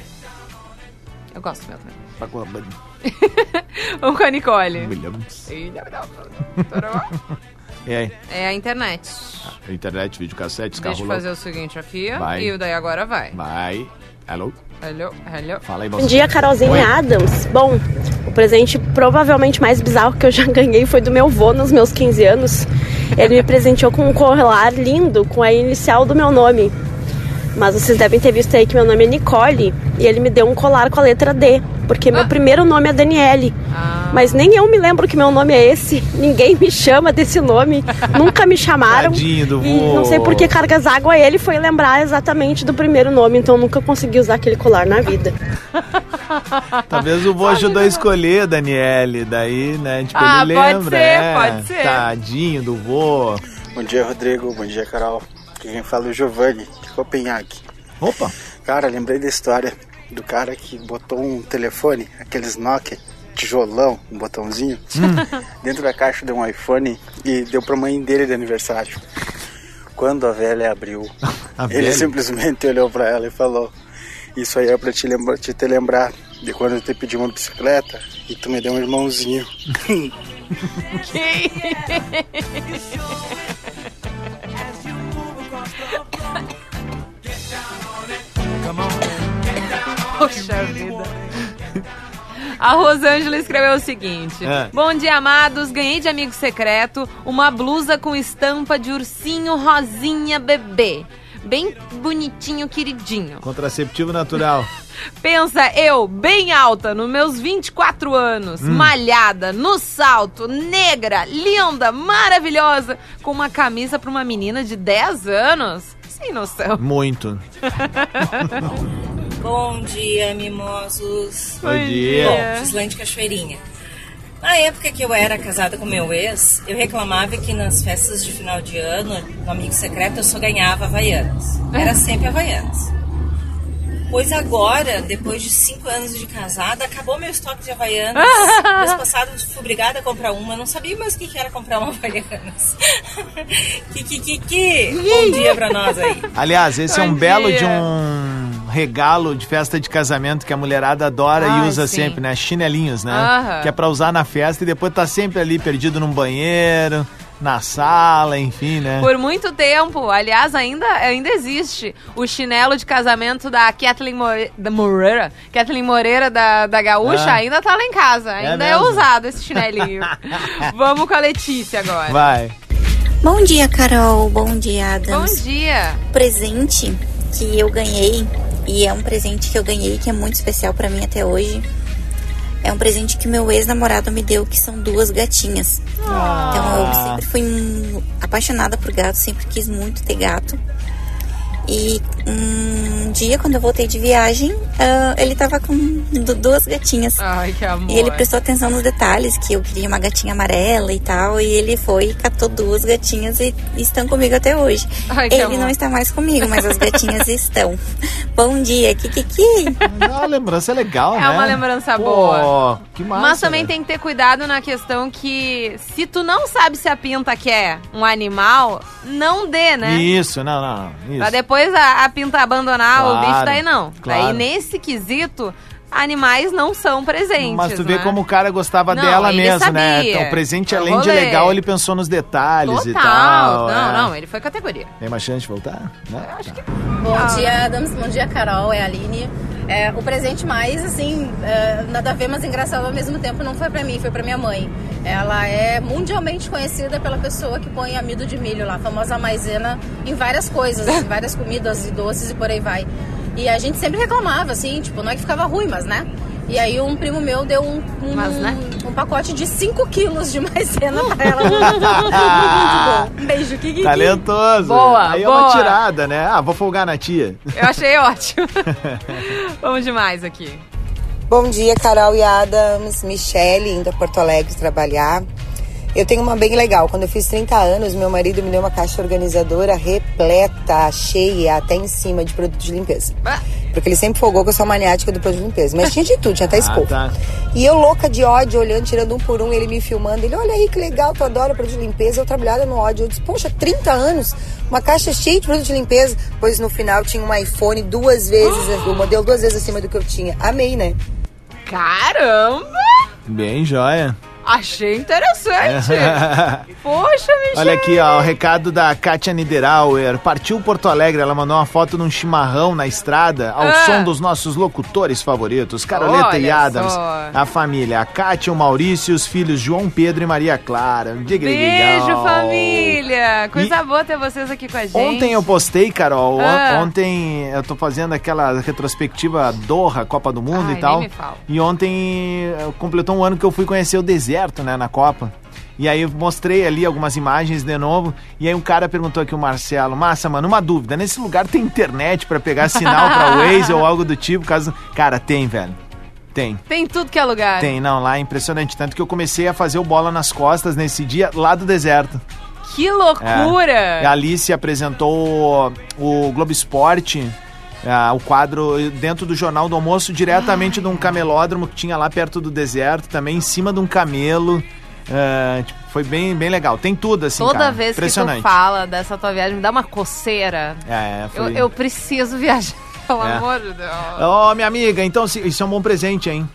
B: Eu gosto do meu também. [LAUGHS]
A: Paco-
B: Vamos com a Nicole.
A: Williams.
B: Williams.
A: E aí?
B: É a internet.
A: Internet, videocassete, carro
B: Deixa eu fazer o seguinte aqui.
A: Vai.
B: E o daí agora vai.
A: Vai. Alô?
B: Hello, hello. [LAUGHS]
A: Fala aí,
P: Bom Um dia, Carolzinha
A: Oi.
P: Adams. Bom, o presente provavelmente mais bizarro que eu já [LAUGHS] ganhei foi do meu vô nos meus 15 anos. Ele me presenteou com um colar lindo com a inicial do meu nome. Mas vocês devem ter visto aí que meu nome é Nicole e ele me deu um colar com a letra D, porque meu primeiro nome é Daniele. Mas nem eu me lembro que meu nome é esse. Ninguém me chama desse nome. Nunca me chamaram.
A: Tadinho do
P: E
A: vô.
P: não sei por que cargas água ele foi lembrar exatamente do primeiro nome, então nunca consegui usar aquele colar na vida.
A: Talvez o vô ajudou a escolher, Daniele. Daí, né? Tipo,
P: Ah,
A: ele
P: pode
A: lembra.
P: ser,
A: é.
P: pode ser.
A: Tadinho do vô.
D: Bom dia, Rodrigo. Bom dia, Carol. Aqui quem fala é o Giovanni, de Copenhague.
A: Opa!
D: Cara, lembrei da história do cara que botou um telefone, aqueles Nokia, tijolão, um botãozinho,
B: Hum.
D: dentro da caixa de um iPhone e deu pra mãe dele de aniversário. Quando a velha abriu,
A: [LAUGHS] A
D: ele
A: velha?
D: simplesmente olhou pra ela e falou: Isso aí é pra te, lembra te, te lembrar de quando eu te pedi uma bicicleta e tu me deu um
A: [LAUGHS]
D: irmãozinho.
B: Que- Poxa vida. A Rosângela escreveu o seguinte:
F: É.
B: Bom dia, amados. Ganhei de amigo secreto uma blusa com estampa de ursinho rosinha bebê. Bem bonitinho, queridinho. [LAUGHS]
A: Contraceptivo natural.
B: Pensa eu, bem alta, nos meus 24 anos,
A: Hum.
B: malhada, no salto, negra, linda, maravilhosa, com uma camisa pra uma menina de 10 anos? Sem noção.
A: Muito.
O: Bom dia, mimosos.
A: Bom dia.
O: Bom, Gislane de Cachoeirinha. Na época que eu era casada com meu ex, eu reclamava que nas festas de final de ano, no Amigo Secreto, eu só ganhava Havaianas. Era sempre Havaianas. Pois agora, depois de cinco anos de casada, acabou meu estoque de Havaianas. Mês passado, eu fui obrigada a comprar uma. Eu não sabia mais o que que era comprar uma Havaianas. [LAUGHS] que, que, que, que. Bom dia pra nós aí.
A: Aliás, esse é um
O: Bom
A: belo de
O: dia.
A: um regalo de festa de casamento que a mulherada adora
O: Ah,
A: e usa
O: sim.
A: sempre, né? Chinelinhos, né?
O: Aham.
A: Que é pra usar na festa e depois tá sempre ali perdido num banheiro, na sala, enfim, né?
B: Por muito tempo, aliás, ainda, ainda existe o chinelo de casamento da Kathleen More... da Moreira. Kathleen Moreira da, da Gaúcha
A: Ah.
B: ainda tá lá em casa. Ainda é,
Q: mesmo?
B: usado esse chinelinho. Vamos com a Letícia agora.
A: Vai.
Q: Bom dia, Carol. Bom dia, Adams.
B: Bom dia.
Q: O presente que eu ganhei, e é um presente que eu ganhei que é muito especial pra mim até hoje, é um presente que meu ex-namorado me deu, que são duas gatinhas. Então eu
B: Ah.
Q: sempre fui hum, apaixonada por gato, sempre quis muito ter gato. E um dia, quando eu voltei de viagem, ah, ele tava com du- duas gatinhas.
B: Ai, que amor.
Q: E ele prestou atenção nos detalhes, que eu queria uma gatinha amarela e tal. E ele foi, catou duas gatinhas e estão comigo até hoje.
B: Ai, que
Q: ele
B: amor.
Q: não está mais comigo, mas as gatinhas [LAUGHS] estão. Bom dia, Kikiki.
A: Ah, lembrança
B: [LAUGHS]
A: legal,
B: É
A: né?
B: uma lembrança
A: Pô,
B: boa.
A: Que massa.
B: Mas também
A: né?
B: tem que ter cuidado na questão que se tu não sabe se a pinta quer um animal, não dê, né?
A: Isso, não, não, não. Isso.
B: Pra depois a, a pinta abandonar o
A: Claro,
B: bicho, daí não. Daí
A: claro.
B: nesse quesito, animais não são presentes.
A: Mas tu vê
B: né?
A: como o cara gostava
B: Não,
A: dela
B: ele
A: mesmo, né?
B: sabia.
A: Então, o presente,
B: É o
A: além de
B: rolê.
A: legal, ele pensou nos detalhes
B: Total.
A: e
B: Ah,
A: tal.
B: não,
A: é.
B: não, ele foi categoria.
A: Tem mais chance de voltar? Não? Tá. Acho que...
R: Bom dia, Adams. Bom dia, Carol. É a Aline. É, o presente mais, assim, é, nada a ver, mas engraçado ao mesmo tempo, não foi pra mim, foi pra minha mãe. Ela é mundialmente conhecida pela pessoa que põe amido de milho lá, a famosa maisena, em várias coisas,
B: [LAUGHS]
R: em várias comidas e doces e por aí vai. E a gente sempre reclamava, assim, tipo, não é que ficava ruim, mas né? E aí um primo meu deu um, um,
B: né?
R: um pacote de 5 quilos de maisena pra ela.
B: [LAUGHS]
R: Muito bom. Um beijo, Kiki.
A: Ah, Talentoso.
B: Boa,
A: Aí é
B: boa.
A: uma tirada, né? Ah, vou folgar na tia.
B: Eu achei ótimo. [LAUGHS] Vamos demais aqui.
S: Bom dia, Carol e Adams. Michele, indo a Porto Alegre trabalhar. Eu tenho uma bem legal. Quando eu fiz 30 anos, meu marido me deu uma caixa organizadora repleta, cheia, até em cima de produtos de limpeza. Porque ele sempre folgou que eu sou maniática do produto de limpeza. Mas tinha de tudo, tinha até escova.
A: tá.
S: E eu louca de ódio, olhando, tirando um por um, ele me filmando. Ele, olha aí que legal, tu adora produto de limpeza. Eu trabalhava no ódio. Eu disse, poxa, 30 anos, uma caixa cheia de produto de limpeza. Pois no final tinha um iPhone duas vezes, o modelo duas vezes acima do que eu tinha. Amei, né?
B: Caramba!
A: Bem joia.
B: Então, Achei
A: [LAUGHS]
B: interessante. Poxa, Michele.
A: Olha aqui, ó, o recado da Kátia Niederauer. Partiu Porto Alegre, ela mandou uma foto num chimarrão na estrada, ao
B: Ah.
A: som dos nossos locutores favoritos, Caroleta e
B: Olha
A: Adams.
B: só.
A: A família, a Kátia, o Maurício, os filhos João Pedro e Maria Clara. Um Diga
B: Beijo, família. Coisa boa ter vocês aqui com a gente.
A: Oh. Ontem eu postei, Carol. on-
B: Ah.
A: Ontem eu tô fazendo aquela retrospectiva Doha, Copa do Mundo
B: Ai,
A: e tal.
B: nem me fala.
A: E ontem eh, completou um ano que eu fui conhecer o deserto, né, na Copa. E aí eu mostrei ali algumas imagens de novo. E aí um cara perguntou aqui, o Marcelo, massa, mano, uma dúvida, nesse lugar tem internet pra pegar
B: [LAUGHS]
A: sinal pra Waze ou algo do tipo? Caso... Cara, tem, velho. Tem.
B: Tem tudo que é lugar.
A: Tem, não, lá é impressionante. Tanto que eu comecei a fazer o bola nas costas nesse dia, lá do deserto.
B: Que
A: É.
B: loucura!
A: E A Alice apresentou o Globo Esporte, ah, o quadro dentro do Jornal do Almoço, diretamente de um camelódromo que tinha lá perto do deserto, também em cima de um camelo. Ah, tipo, foi bem, bem legal. Tem tudo, assim,
B: Toda
A: cara.
B: vez que tu
A: Impressionante.
B: fala dessa tua viagem, me dá uma coceira.
A: É,
B: Eu,
A: foi...
B: eu preciso [LAUGHS] viajar, pelo
A: É.
B: amor de Deus.
A: Ó, minha amiga, então se- isso é um bom presente, hein?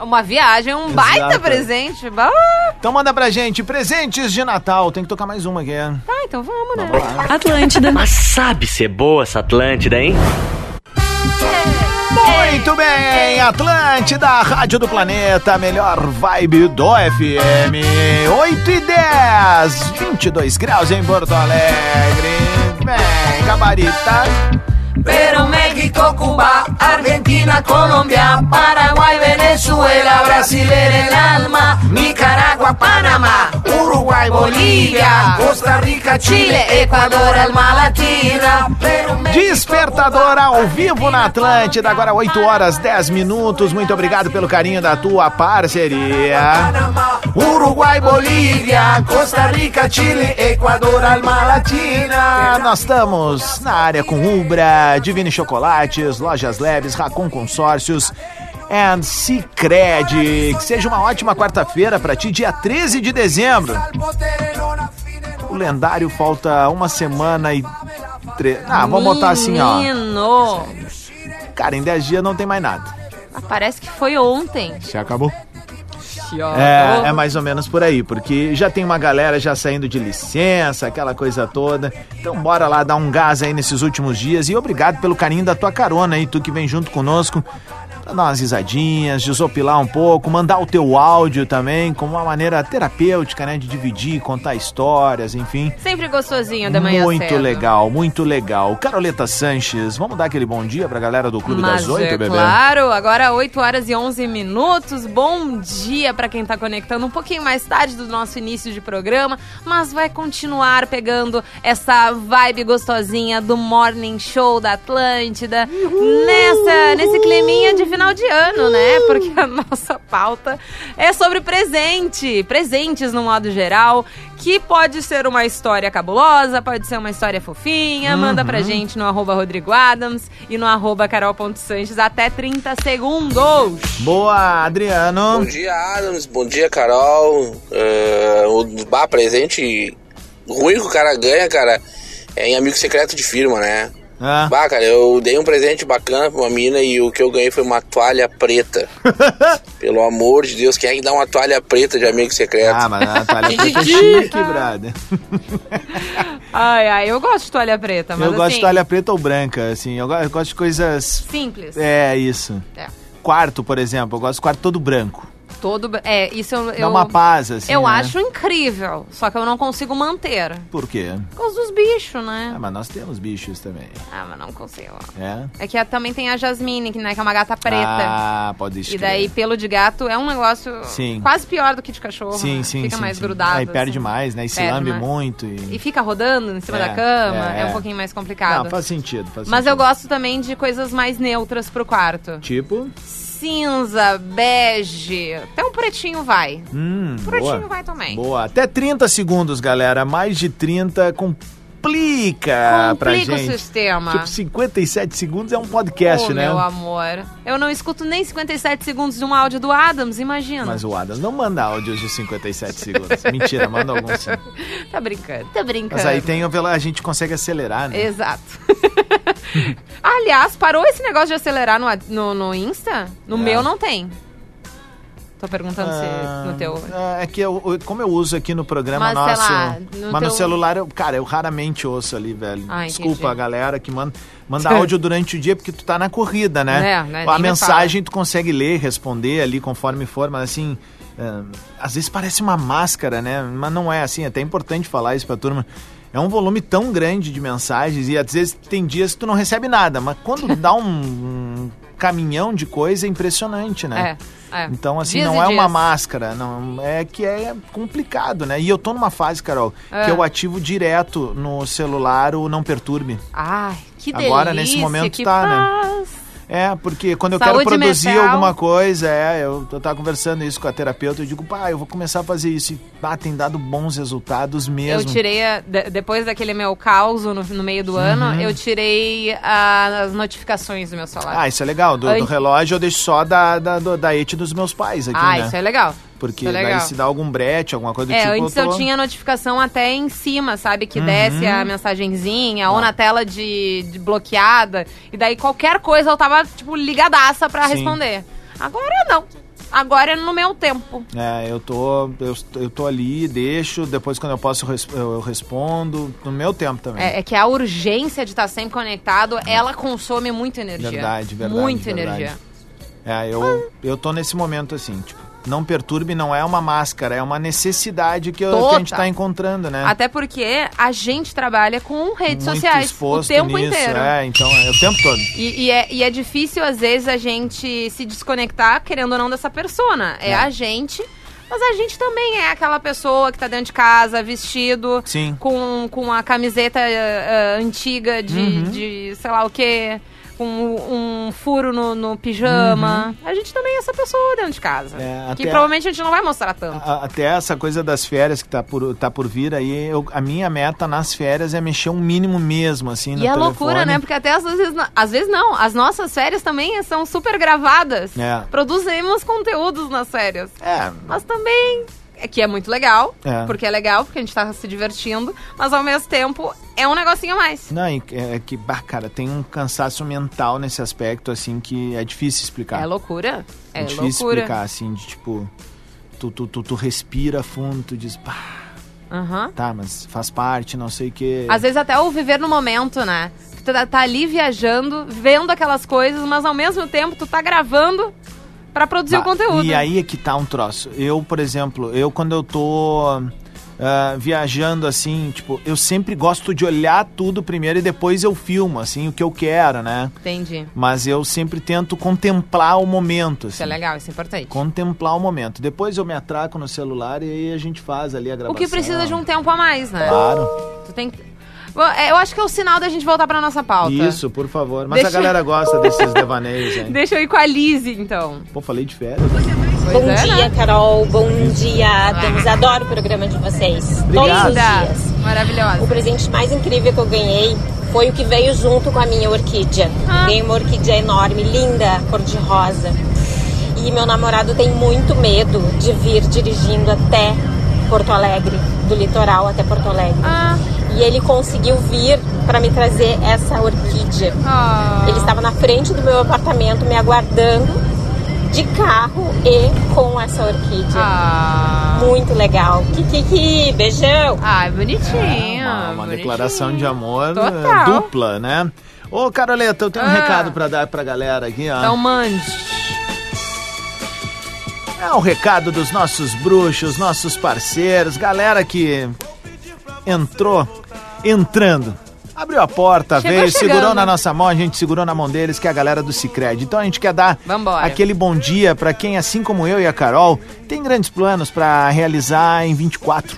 B: Uma viagem, um baita
A: Exato.
B: presente. Bah!
A: Então manda pra gente, presentes de Natal. Tem que tocar mais uma aqui. é.
B: Tá, então vamos, né?
T: Atlântida. Mas sabe ser boa essa Atlântida, hein?
A: Muito bem, Atlântida, a Rádio do Planeta, a melhor vibe do FM. 8 e 10, 22 graus em Porto Alegre. Vem, gabarita.
F: Pero México, Cuba, Argentina, Colombia, Paraguay, Venezuela, Brasil en el alma, Nicaragua, Panamá, Uruguay, Bolivia, Costa Rica, Chile, Equador, alma latina.
A: Despertador ao vivo na Atlântida, agora 8 horas 10 minutos. Muito obrigado pelo carinho da tua parceria.
F: Uruguai, Bolívia, Costa Rica, Chile, Equador, alma latina.
A: Ah, Nós estamos na área com Ubra, Divine Chocolates, Lojas Leves, Racon Consórcios and Cicred. Que seja uma ótima quarta-feira para ti, dia 13 de dezembro. O lendário falta uma semana e. Tre... Ah, vamos botar assim, ó.
B: Menino!
A: Cara, em 10 dias não tem mais nada.
B: Ah, Parece que foi ontem.
A: Já acabou.
B: Ah,
A: É, é mais ou menos por aí, porque já tem uma galera já saindo de licença, aquela coisa toda. Então bora lá dar um gás aí nesses últimos dias e obrigado pelo carinho da tua carona aí, tu que vem junto conosco. pra Dar umas risadinhas, desopilar um pouco, mandar o teu áudio também, como uma maneira terapêutica, né? De dividir, contar histórias, enfim.
B: Sempre gostosinho da manhã
A: Muito
B: cedo.
A: legal, muito legal. Caroleta Sanches, vamos dar aquele bom dia pra galera do Clube
B: Mas
A: das Oito,
B: é
A: bebê?
B: claro, agora 8 horas e 11 minutos. Bom dia para quem tá conectando um pouquinho mais tarde do nosso início de programa, mas vai continuar pegando essa vibe gostosinha do Morning Show da Atlântida. Nessa, nesse climinha de final de ano, né? Porque a nossa pauta é sobre presente, presentes no modo geral, que pode ser uma história cabulosa, pode ser uma história fofinha. Manda pra
T: Uhum.
B: gente gente no arroba Rodrigo Adams e no arroba carol.sanches até 30 segundos.
A: Boa, Adriano.
U: Bom dia, Adams. Bom dia, Carol. Eh, o bar presente ruim que o cara ganha, cara, é em amigo secreto de firma, né?
A: Ah.
U: Bah, cara, eu dei um presente bacana pra uma mina e o que eu ganhei foi uma toalha
A: [LAUGHS]
U: preta. Pelo amor de Deus, quem é que dá uma toalha preta de amigo secreto?
A: Ah, mas a toalha preta é
B: Ah.
A: chique, brother.
B: Ai, ai, eu gosto de toalha preta, mas
A: Eu gosto
B: assim,
A: de toalha preta ou branca, assim. Eu go- eu gosto de coisas.
B: Simples.
A: É, isso.
B: É.
A: Quarto, por exemplo, eu gosto de quarto todo branco.
B: Todo, é, isso eu,
A: Dá
B: eu,
A: uma paz, assim.
B: eu
A: né?
B: acho incrível, só que eu não consigo manter.
A: Por quê?
B: Por causa dos bichos, né?
A: Ah, mas nós temos bichos também.
B: Ah, mas não consigo.
A: É?
B: É que a- também tem a Jasmine, que, né, que é uma gata preta.
A: Ah, pode
B: e
A: escrever.
B: daí, pelo de gato é um negócio
A: Sim.
B: quase pior do que de cachorro.
A: Sim,
B: né?
A: sim,
B: Fica
A: sim,
B: mais
A: sim.
B: grudado.
A: Aí perde
B: assim.
A: mais, né? E se
B: Perde
A: lambe
B: mais.
A: muito. E...
B: E fica rodando em cima
A: É,
B: da cama,
A: é,
B: é,
A: é.
B: um pouquinho mais complicado.
A: Não, faz sentido, faz
B: Mas eu
A: sentido.
B: gosto também de coisas mais neutras pro quarto.
A: Tipo.
B: Cinza, bege. Até um pretinho vai.
A: Hum,
B: Pretinho
A: boa.
B: vai também.
A: Boa. Até 30 segundos, galera. Mais de 30 complica, pra
B: Complica o
A: gente.
B: sistema.
A: Tipo, 57 segundos é um podcast,
B: Ô,
A: né?
B: meu amor. Eu não escuto nem 57 segundos de um áudio do Adams, imagina.
A: Mas o Adams não manda áudios de 57 segundos. Mentira, manda alguns
B: [LAUGHS]
A: sim.
B: Tá brincando, tá brincando.
A: Mas aí tem, o velo- a gente consegue acelerar, né?
B: Exato. [LAUGHS] Aliás, parou esse negócio de acelerar no, ad- no, no Insta? No meu não tem. Tô perguntando se no teu.
A: É. Ah, É que eu, eu- como eu uso aqui no programa
B: Mas, sei
A: nosso.
B: lá, no
A: mas no
B: teu-
A: celular, eu, cara, eu raramente ouço ali, velho.
B: Ah, entendi.
A: Desculpa a galera que manda, manda áudio durante o dia porque tu tá na corrida, né?
B: É, né,
A: a
B: nem me
A: mensagem tu consegue ler, responder ali conforme for, mas assim. ah, às vezes parece uma máscara, né? Mas não é assim, é até importante falar isso pra turma. É um volume tão grande de mensagens e às vezes tem dias que tu não recebe nada, mas
B: [LAUGHS]
A: quando dá um, um caminhão de coisa é impressionante, né?
B: É, é.
A: Então, assim,
B: Dias
A: não
B: e
A: é uma
B: dias.
A: máscara, não é que é complicado, né? E eu tô numa fase, Carol,
B: É.
A: que eu ativo direto no celular o não perturbe.
B: Ai, que delícia.
A: Agora, nesse momento,
B: que
A: tá, né?
B: paz.
A: É, porque quando eu
B: Saúde
A: quero produzir
B: mental.
A: alguma coisa, é, eu, eu tava conversando isso com a terapeuta, eu digo, pá, eu vou começar a fazer isso. E, pá, tem dado bons resultados mesmo.
B: Eu tirei, a- de- depois daquele meu caos no, no meio do
A: Uhum.
B: ano, eu tirei a- as notificações do meu celular.
A: Ah, isso é legal. Do, do
B: Ai.
A: relógio eu deixo só da, da, do- da ET dos meus pais aqui,
B: Ah,
A: né?
B: isso é legal.
A: Porque
B: isso é legal.
A: daí se dá algum brete, alguma coisa do
B: É,
A: tipo.
B: antes eu
A: tô-
B: tinha notificação até em cima, sabe? Que
A: Uhum. Tá.
B: desce a mensagenzinha ou na tela de, de bloqueada. E daí qualquer coisa eu tava, tipo, ligadaça pra
A: Sim.
B: responder. Agora não. Agora é no meu tempo.
A: É, eu tô, eu, eu tô ali, deixo, depois quando eu posso eu res- eu, eu respondo, no meu tempo também.
B: É, é que a urgência de estar sempre conectado, ela consome muita energia.
A: É. Verdade, verdade.
B: Muita
A: verdade.
B: energia.
A: É, eu, eu tô nesse momento assim, tipo, não perturbe, não é uma máscara, é uma necessidade que, eu- que a gente
B: Total.
A: tá encontrando, né?
B: Até porque a gente trabalha com redes
A: Muito
B: sociais o
A: exposto
B: tempo
A: nisso,
B: inteiro.
A: É, então, é o tempo todo.
B: E, e é, e é difícil, às vezes, a gente se desconectar, querendo ou não, dessa persona. É,
A: É.
B: a gente, mas a gente também é aquela pessoa que tá dentro de casa, vestido,
A: Sim.
B: com, com a camiseta eh, eh, antiga de,
A: Uhum.
B: de sei lá o quê, com um, um furo no, no pijama. A gente também é essa pessoa dentro de casa.
A: Uhum. É,
B: que
A: até-
B: provavelmente a gente não vai mostrar tanto.
A: A- Até essa coisa das férias que tá por, tá por vir aí, eu- a minha meta nas férias é mexer um mínimo mesmo, assim, no
B: E é
A: telefone.
B: loucura, né? Porque até às vezes, não- às vezes não, as nossas férias também são super gravadas.
A: É.
B: Produzimos conteúdos nas férias.
A: É.
B: Mas também é que é muito legal,
A: É.
B: porque é legal, porque a gente tá se divertindo, mas ao mesmo tempo é um negocinho a mais.
A: Não, e é que, bah, cara, tem um cansaço mental nesse aspecto, assim, que é difícil explicar.
B: É loucura. É,
A: É difícil
B: loucura.
A: explicar, assim, de tipo, tu, tu, tu, tu respira fundo, tu diz, pá,
B: Aham.
A: tá, mas faz parte, não sei o quê.
B: Às vezes até o viver no momento, né? Que Tu tá, tá ali viajando, vendo aquelas coisas, mas ao mesmo tempo tu tá gravando pra produzir o
A: Bah,
B: conteúdo.
A: E aí é que tá um troço. Eu, por exemplo, eu quando eu tô ah, viajando assim, tipo, eu sempre gosto de olhar tudo primeiro e depois eu filmo, assim, o que eu quero, né?
B: Entendi.
A: Mas eu sempre tento contemplar o momento, assim.
B: Isso é legal, isso é importante.
A: Contemplar o momento. Depois eu me atraco no celular e aí a gente faz ali a
B: O
A: gravação.
B: que precisa de um tempo a mais, né?
A: Claro.
B: Tu tem que- Bom, é, Eu acho que é o sinal da gente voltar pra nossa pauta.
A: Isso, por favor. Mas
B: Deixa-
A: a
B: [LAUGHS]
A: galera gosta desses devaneios, hein?
B: Deixa eu ir com a Liz, então.
A: Pô, falei de férias. né?
T: Bom
B: é, Ah.
T: dia, Carol. Bom dia, Adams. Adoro o programa de vocês.
B: Obrigado.
T: Todos os dias.
B: Maravilhosa.
T: O presente mais incrível que eu ganhei foi o que veio junto com a minha orquídea.
B: Ah.
T: Ganhei uma orquídea enorme, linda, cor de rosa. E meu namorado tem muito medo de vir dirigindo até Porto Alegre, do litoral até Porto Alegre.
B: Ah.
T: E ele conseguiu vir para me trazer essa orquídea.
B: Ah.
T: Ele estava na frente do meu apartamento me aguardando de carro e com essa orquídea.
B: Ah.
T: Muito legal. Kikiki, beijão.
B: Ai, Ah, é bonitinho.
A: Uma, É, uma declaração de amor eh,
T: Total.
A: dupla, né? Ô, Caroleta, eu tenho um
B: Ah.
A: recado pra dar pra galera aqui, ó.
B: Então mande.
A: É o recado dos nossos bruxos, nossos parceiros, galera que entrou, entrando. Abriu a porta,
B: Chegou
A: veio,
B: chegando.
A: segurou na nossa mão, a gente segurou na mão deles, que é a galera do Cicred. Então a gente quer dar
B: Vambora.
A: aquele bom dia pra quem, assim como eu e a Carol, tem grandes planos pra realizar em 24.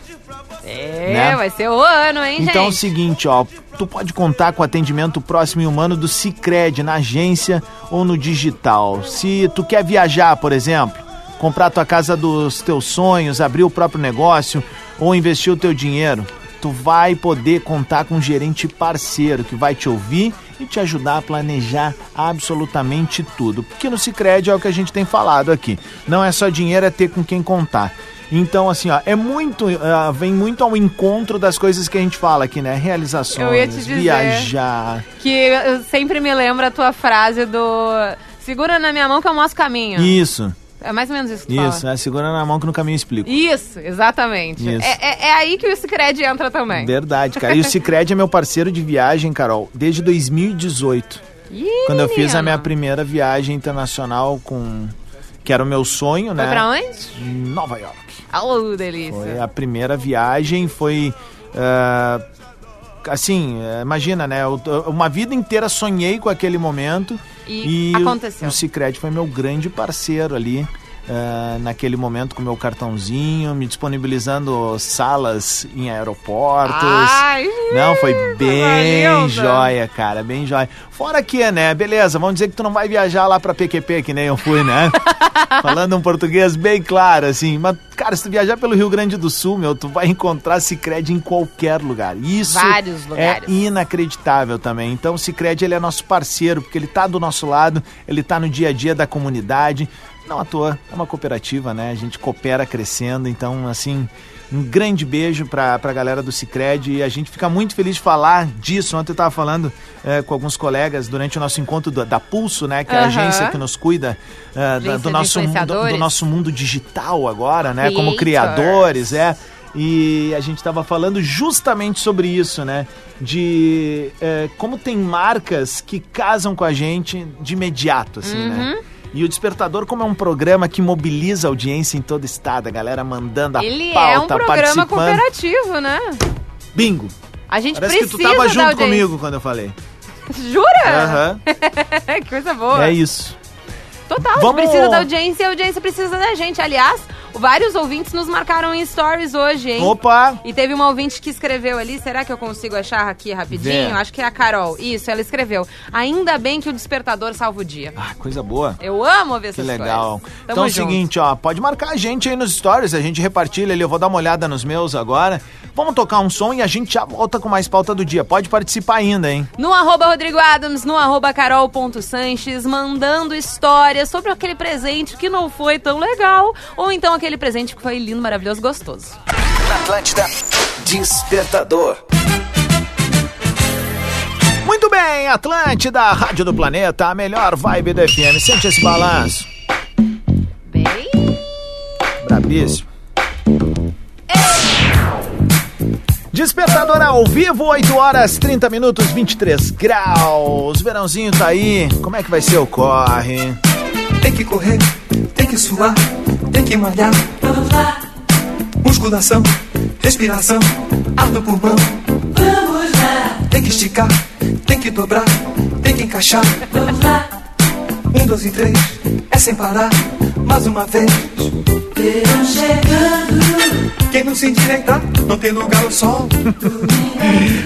B: É,
A: né?
B: vai ser o ano, hein,
A: Então é o
B: gente?
A: seguinte, ó, tu pode contar com o atendimento próximo e humano do Cicred na agência ou no digital. Se tu quer viajar, por exemplo, comprar tua casa dos teus sonhos, abrir o próprio negócio ou investir o teu dinheiro, tu vai poder contar com um gerente parceiro que vai te ouvir e te ajudar a planejar absolutamente tudo. Porque no Cicred é o que a gente tem falado aqui. Não é só dinheiro, é ter com quem contar. Então, assim, ó, é muito. ah, vem muito ao encontro das coisas que a gente fala aqui, né? Realizações,
B: Eu ia te dizer.
A: viajar.
B: Que eu sempre me lembro a tua frase do... Segura na minha mão que eu mostro o caminho.
A: Isso,
B: É mais ou menos isso que tu
A: isso,
B: fala.
A: né? Segura na mão que no caminho eu explico.
B: Isso, exatamente.
A: Isso.
B: É, é- é aí que o Cicred entra também.
A: Verdade,
B: [LAUGHS]
A: cara. E o Cicred é meu parceiro de viagem, Carol, desde 2018.
B: Ih,
A: quando eu fiz a
B: menino.
A: minha primeira viagem internacional com. Que era o meu sonho, né?
B: Foi pra onde?
A: Nova York.
B: Oh, delícia.
A: Foi a primeira viagem, foi. ah, assim, eh, imagina, né? eu- eu- uma vida inteira sonhei com aquele momento.
B: E
A: o-
B: aconteceu.
A: O Cicred foi meu grande parceiro ali. ah, naquele momento com meu cartãozinho, me disponibilizando salas em aeroportos.
B: Ai,
A: Não, foi bem
B: valeu, Dan.
A: joia, cara, bem joia. Fora que, né, beleza, vamos dizer que tu não vai viajar lá pra PQP, que nem eu fui,
B: [LAUGHS]
A: né? Falando um português bem claro, assim. Mas, cara, se tu viajar pelo Rio Grande do Sul, meu, tu vai encontrar Cicred em qualquer lugar. Isso
B: Vários lugares.
A: é inacreditável também. Então, o Cicred, ele é nosso parceiro, porque ele tá do nosso lado, ele tá no dia a dia da comunidade. Não à toa, é uma cooperativa, né? A gente coopera crescendo, então, assim... Um grande beijo pra, pra galera do Cicred e a gente fica muito feliz de falar disso. Ontem eu tava falando eh, com alguns colegas durante o nosso encontro do- da Pulso, né? Que é a
C: Aham.
A: agência que nos cuida eh, da-
C: Agência
A: do,
C: de
A: nosso, mu- do, do
C: influenciadores.
A: nosso mundo digital agora, né? Como
C: Creators.
A: criador criadores, é. E a gente estava falando justamente sobre isso, né? De é, como tem marcas que casam com a gente de imediato, assim, né?
B: Uhum.
A: E o Despertador, como é um programa que mobiliza a audiência em todo o estado, a galera mandando a
B: Ele
A: pauta,
B: é um programa
A: participando.
B: cooperativo, né?
A: Bingo!
B: A gente
A: Parece que
B: precisa
A: tu tava
B: da
A: junto
B: audiência. É.
A: comigo quando eu falei.
B: Jura?
A: Aham,
B: [LAUGHS] que coisa boa.
A: é isso.
B: Total,
A: Vamos-
B: a gente precisa da audiência e a audiência precisa da gente. Aliás, vários ouvintes nos marcaram em stories hoje, hein?
A: Opa!
B: E teve uma ouvinte que escreveu ali, será que eu consigo achar aqui rapidinho?
A: Vê.
B: Acho que é a Carol. Isso, ela escreveu. Ainda bem que o despertador salva o dia.
A: Coisa boa.
B: Eu amo ver
A: Que
B: essas
A: legal.
B: coisas. Tamo
A: então é o
B: junto.
A: seguinte, ó, pode marcar a gente aí nos stories, a gente repartilha ali, eu vou dar uma olhada nos meus agora. Vamos tocar um som e a gente já volta com mais pauta do dia. Pode participar ainda, hein?
B: No arroba Rodrigo Adams, no arroba carol.sanches, mandando histórias sobre aquele presente que não foi tão legal, ou então aquele presente que foi lindo, maravilhoso, gostoso.
E: Na Atlântida, Despertador.
A: Muito bem, Atlântida, Rádio do Planeta, a melhor vibe do FM. Sente esse balanço. Bem. Brabíssimo. Despertador ao vivo, 8 horas 30 minutos, 23 graus. Verãozinho tá aí. Como é que vai ser o corre?
V: Tem que correr, tem que suar, tem que malhar. Vamos lá. Musculação, respiração, ar no pulmão. Vamos lá. Tem que esticar, tem que dobrar, tem que encaixar. Vamos lá. Um, dois e três, é sem parar, mais uma vez. Verão chegando. Quem não se endireitar, não tem lugar ao sol.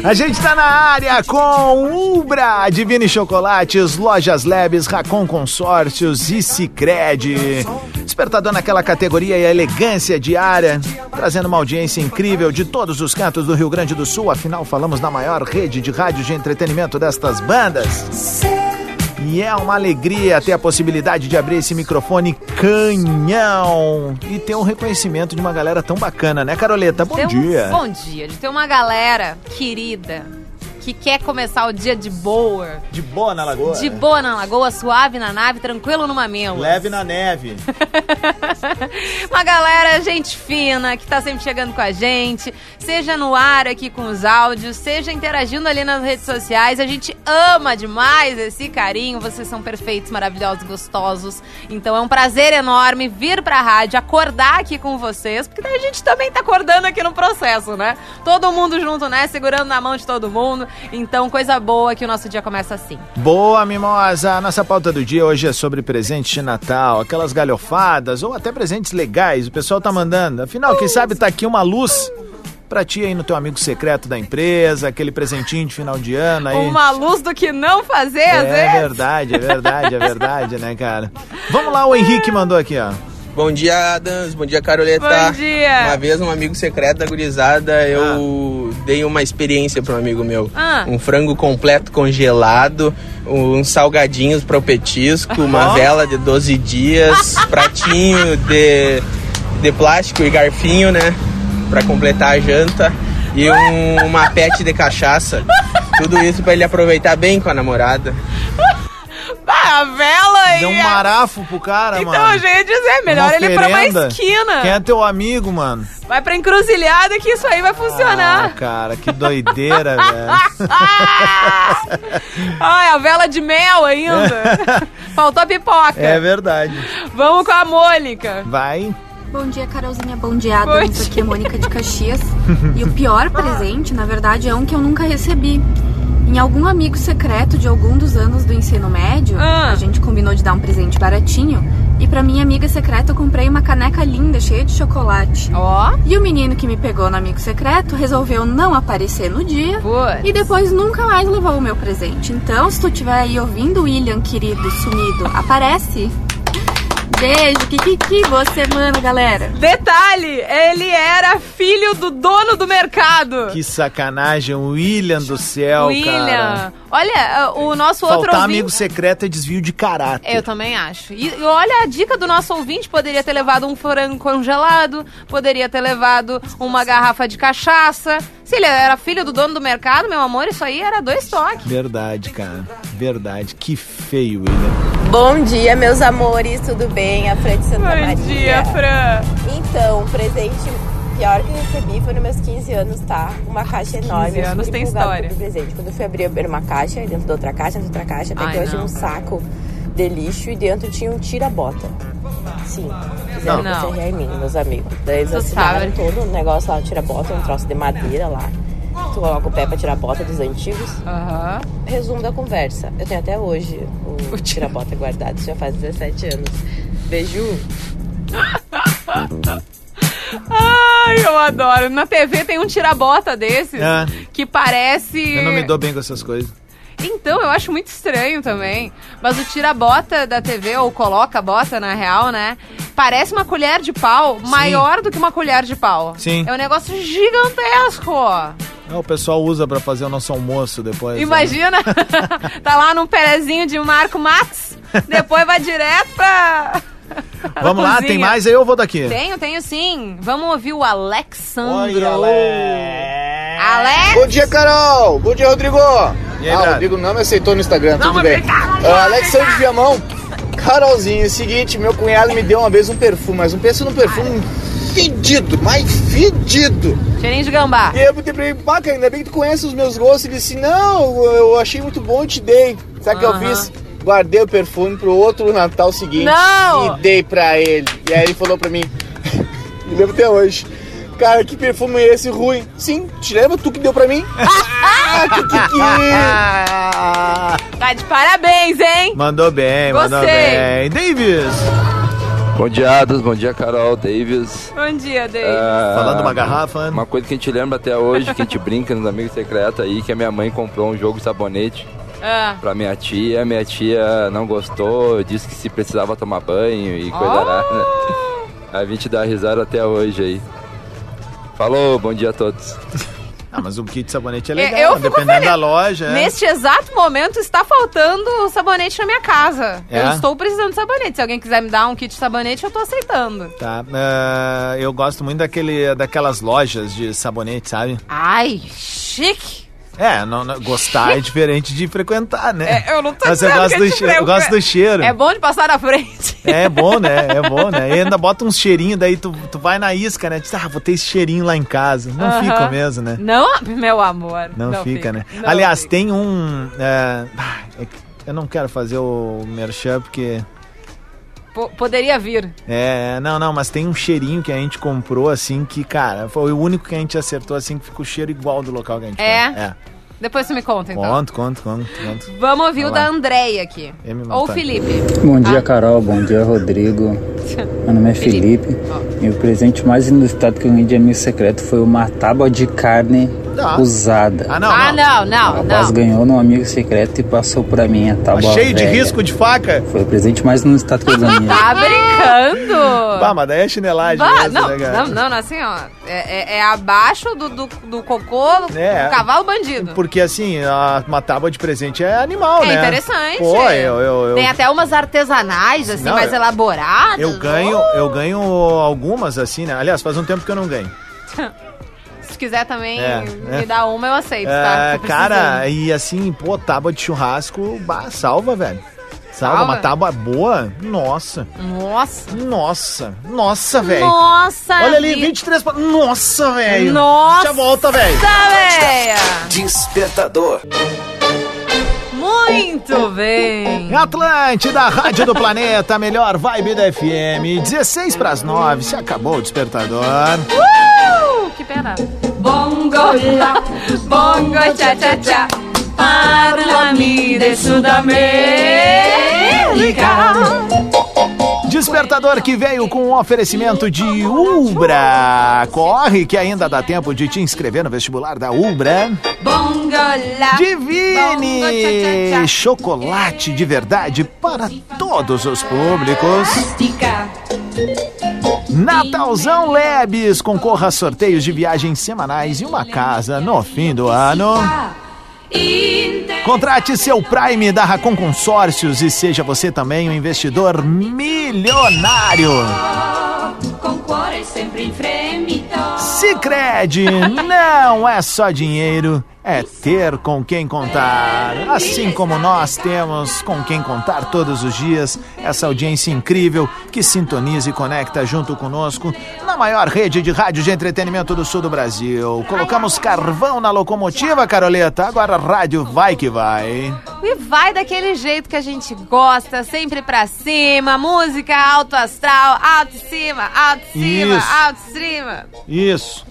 A: A gente tá na área com Ubra, Divine Chocolates, Lojas Labs, Racon Consórcios e Cicred. Despertador naquela categoria e a elegância diária, trazendo uma audiência incrível de todos os cantos do Rio Grande do Sul. Afinal, falamos da maior rede de rádios de entretenimento destas bandas. E é uma alegria ter a possibilidade de abrir esse microfone canhão e ter um reconhecimento de uma galera tão bacana, né, Caroleta? Bom
B: Ter um
A: dia.
B: Bom dia. De ter uma galera querida que quer começar o dia de boa.
A: De boa na lagoa.
B: De
A: né?
B: boa na lagoa, suave na nave, tranquilo no mamilo.
A: Leve na neve.
B: Uma galera, gente fina, que tá sempre chegando com a gente, seja no ar aqui com os áudios, seja interagindo ali nas redes sociais. A gente ama demais esse carinho. Vocês são perfeitos, maravilhosos, gostosos. Então é um prazer enorme vir pra rádio, acordar aqui com vocês, porque a gente também tá acordando aqui no processo, né? Todo mundo junto, né? Segurando na mão de todo mundo. Então, coisa boa que o nosso dia começa assim.
A: Boa, mimosa! A nossa pauta do dia hoje é sobre presentes de Natal, aquelas galhofadas ou até presentes legais. O pessoal tá mandando. Afinal, quem sabe tá aqui uma luz pra ti aí no teu amigo secreto da empresa, aquele presentinho de final de ano aí.
B: Uma luz do que não fazer, às vezes.
A: É verdade, é verdade, é verdade, né, cara? Vamos lá, o Henrique mandou aqui, ó.
C: Bom dia, Adams. Bom dia, Caroleta.
B: Bom dia.
C: Uma vez, um amigo secreto da gurizada, eu dei uma experiência para um amigo meu.
B: Ah.
C: Um frango completo congelado, uns salgadinhos para o petisco, uma
W: Ó.
C: vela de
B: [LAUGHS]
C: 12 dias, pratinho de, de plástico e garfinho, né? Para completar a janta. E um, uma pet de
B: [LAUGHS]
C: cachaça. Tudo isso para ele aproveitar bem com a namorada.
B: [LAUGHS] Ah, a vela aí.
A: Deu um marafo pro cara,
B: então,
A: mano.
B: eu já ia dizer, melhor
A: Uma
B: ele ir pra uma
A: oferenda.
B: esquina.
A: Quem é teu amigo, mano?
B: Vai pra encruzilhada que isso aí vai
A: Ah,
B: funcionar.
A: cara, que doideira, velho.
B: [LAUGHS] Ai, a vela de mel
A: [LAUGHS]
B: ainda. Faltou a pipoca.
A: É verdade.
B: Vamos com a Mônica.
A: Vai.
X: [LAUGHS] Bom dia, Carolzinha. Bom dia, Adams. Aqui é Mônica de Caxias. E o pior presente, na verdade, é um que eu nunca recebi. Em algum amigo secreto de algum dos anos do ensino médio, a gente combinou de dar um presente baratinho. E pra minha amiga secreta, eu comprei uma caneca linda, cheia de chocolate.
B: Ó.
X: E o menino que me pegou no amigo secreto resolveu não aparecer no dia. E depois nunca mais levou o meu presente. Então, se tu estiver aí ouvindo, William, querido, sumido, aparece. Beijo, Kikiki, boa semana, galera.
B: Detalhe, ele era filho do dono do mercado.
A: Que sacanagem, o William do céu,
B: William.
A: cara.
B: Olha, uh, o nosso outro
A: Faltar
B: ouvinte...
A: amigo secreto é desvio de caráter.
B: Eu também acho. E e olha a dica do nosso ouvinte: poderia ter levado um frango congelado, poderia ter levado uma garrafa de cachaça. Se ele era filho do dono do mercado, meu amor, isso aí era dois toques.
A: Verdade, cara. Verdade. Que feio, William.
G: Bom dia, meus amores, tudo bem? A Fran de Santa Maria. Bom
B: dia, Fran.
G: Então, o presente pior que eu recebi foi nos meus 15 anos, tá? Uma
B: 15
G: caixa enorme. eu
B: anos
G: super
B: tem
G: empolgada
B: história.
G: pelo presente. Quando eu fui abrir, era uma caixa, aí dentro da outra caixa, dentro da outra caixa, até
B: Ai,
G: que eu achei
B: não,
G: um saco de lixo e dentro tinha um tira-bota. Sim, fizeram
B: Não.
G: não. em mim, meus amigos. Daí eles
B: Tu
G: assinaram
B: sabe.
G: todo um negócio lá, um tira-bota, um troço de madeira lá. Tu coloca o pé pra tirar a bota dos antigos. Resumo da conversa. Eu tenho até hoje o, tira-bota guardado, isso já faz 17 anos. Beijo.
B: Ai, eu adoro. Na TV tem um tirabota desses
A: É.
B: que parece.
A: Eu não me dou bem com essas coisas.
B: Então, eu acho muito estranho também. Mas o tira-bota da TV, ou coloca-bota, na real, né? Parece uma colher de pau maior do que uma colher de pau.
A: Sim.
B: É um negócio gigantesco.
A: É, o pessoal usa pra fazer o nosso almoço depois. né?
B: Imagina, [LAUGHS] tá lá num perezinho de Marco Max, depois vai direto pra. [LAUGHS] pra
A: Vamos lá,
B: cozinha.
A: tem mais aí ou eu vou daqui?
B: Tenho, tenho sim. Vamos ouvir o Alexandro.
A: Oi,
B: Alex!
I: Bom dia, Carol! Bom dia, Rodrigo!
A: E aí,
I: ah,
A: Brad?
I: o Rodrigo não me aceitou no Instagram,
A: Não,
I: tudo
A: mas
I: bem.
A: vem cá,
I: Ah, Alexandre Viamão, Carolzinho, é o seguinte, meu cunhado me deu uma vez um perfume, mas um pensa num perfume fedido, mas fedido.
B: Cheirinho de gambá.
I: E eu botei pra ele, pá, cara, ainda bem que tu conhece os meus gostos. Ele disse, não, eu achei muito bom e te dei. Sabe o que eu
B: Aham.
I: fiz? Guardei o perfume pro outro Natal seguinte
B: Não!
I: e dei pra ele. E aí ele falou pra mim, [LAUGHS] me lembro até hoje. Cara, que perfume é esse ruim? Sim, te lembra? Tu que deu pra mim? [LAUGHS] ah, que, que, que.
B: Tá de parabéns, hein?
A: Mandou bem, mandou
B: Gostei.
A: bem. Davis!
K: Bom dia, Adas. Bom dia, Carol, Davis.
B: Bom dia, Dave.
K: Ah,
A: Falando uma garrafa, né?
K: Uma coisa que a gente lembra até hoje, que a gente brinca nos amigos secretos aí, que a minha mãe comprou um jogo de sabonete
B: Ah.
K: pra minha tia. Minha tia não gostou, disse que se precisava tomar banho e coisa
B: Ah!
K: arada. A gente dá risada até hoje aí. Falou, bom dia a todos.
A: Ah, mas o kit de sabonete é
B: Eu-
A: legal,
B: eu fico
A: dependendo
B: feliz.
A: da loja. é.
B: Neste exato momento está faltando o sabonete na minha casa.
A: É?
B: Eu estou precisando de sabonete. Se alguém quiser me dar um kit de sabonete, eu tô aceitando.
A: Tá. ah, eu gosto muito daquele, daquelas lojas de sabonete, sabe?
B: Ai, chique!
A: É, não- não- gostar é diferente de frequentar, né?
B: É, eu não tô
A: Mas eu
B: dizendo
A: gosto
B: que
A: do
B: é
A: cheiro. Eu
B: diferente.
A: gosto do cheiro.
B: É bom de passar na frente.
A: É bom, né? É bom, né?
B: [LAUGHS]
A: E ainda bota uns cheirinhos, daí tu, tu vai na isca, né? Diz, ah, vou ter esse cheirinho lá em casa. Não
B: Aham.
A: fica mesmo, né?
B: Não, meu amor.
A: Não, fica, né?
B: Não
A: Aliás, tem um. é, ah, é que eu não quero fazer o merchan porque.
B: po- poderia vir.
A: É, não, não, mas tem um cheirinho que a gente comprou assim que, cara, foi o único que a gente acertou assim que ficou o cheiro igual do local que a gente
B: É?
A: foi. É.
B: Depois tu me conta, então.
A: Conto, conto, conto, conto.
B: Vamos ouvir o
A: Vai
B: da
A: lá.
B: Andréia aqui.
A: Ia me
B: Ou o
A: matar.
B: Felipe. Ah.
W: Bom dia, Carol. Bom dia, Rodrigo. Meu nome é Felipe.
B: Ah.
W: E o presente mais inusitado que eu ganhei de amigo secreto foi uma tábua de carne
B: Não.
W: usada.
B: ah, não, não,
W: O rapaz
B: não.
W: ganhou num amigo secreto e passou pra mim a tábua
A: Cheio de
W: velha.
A: risco de faca?
W: Foi o presente mais inusitado que eu ganhei.
B: [LAUGHS] Tá brincando?
A: Bah, mas daí é chinelagem
B: Bah,
A: mesmo,
B: não,
A: né, cara?
B: não, não, não, assim, ó. É, é- é abaixo do, do, do cocô do,
A: É.
B: do cavalo bandido.
A: Porque assim, a- uma tábua de presente é animal,
B: É
A: né?
B: interessante.
A: Pô, eu, eu, eu,
B: Tem até umas artesanais, assim,
A: Não,
B: mais
A: eu-
B: elaboradas.
A: eu ganho, eu ganho algumas assim, né? Aliás, faz um tempo que eu não ganho.
B: Se quiser também
A: É,
B: me
A: é.
B: dar uma, eu aceito, tá?
A: É,
B: Tô
A: cara, e assim, pô, tábua de churrasco, bah, salva, velho. Salva,
B: Salva?
A: uma tábua boa, nossa.
B: Nossa.
A: Nossa, nossa, velho.
B: Nossa,
A: Olha ali,
B: amigo.
A: 23... pa- Nossa, velho.
B: Nossa,
A: Já volta, velho.
B: velho.
E: Despertador.
B: Muito bem.
A: Atlântida, Rádio do Planeta, a melhor vibe da FM. 16 pras 9, se acabou o despertador.
B: Uh! Que pena. Bongo lá, bongo cha cha cha. Parlami de Sudamérica.
A: 16 Despertador que veio com um oferecimento de Ubra. Corre que ainda dá tempo de te inscrever no vestibular da Ubra.
B: Bongo lá.
A: Divine! Chocolate de verdade para todos os públicos. Natalzão Lebes, concorra a sorteios de viagens semanais e uma casa no fim do ano. Contrate seu Prime da Racon Consórcios e seja você também um investidor milionário.
F: Concorre sempre in fremito.
A: Sicredi não é só dinheiro, é ter com quem contar. Assim como nós temos com quem contar todos os dias, essa audiência incrível que sintoniza e conecta junto conosco na maior rede de rádio de entretenimento do sul do Brasil. Colocamos carvão na locomotiva, Caroleta. Agora a rádio vai que vai.
B: E vai daquele jeito que a gente gosta, sempre pra cima, música alto astral, alto em cima, alto em cima,
A: Isso.
B: alto em cima.
A: Isso.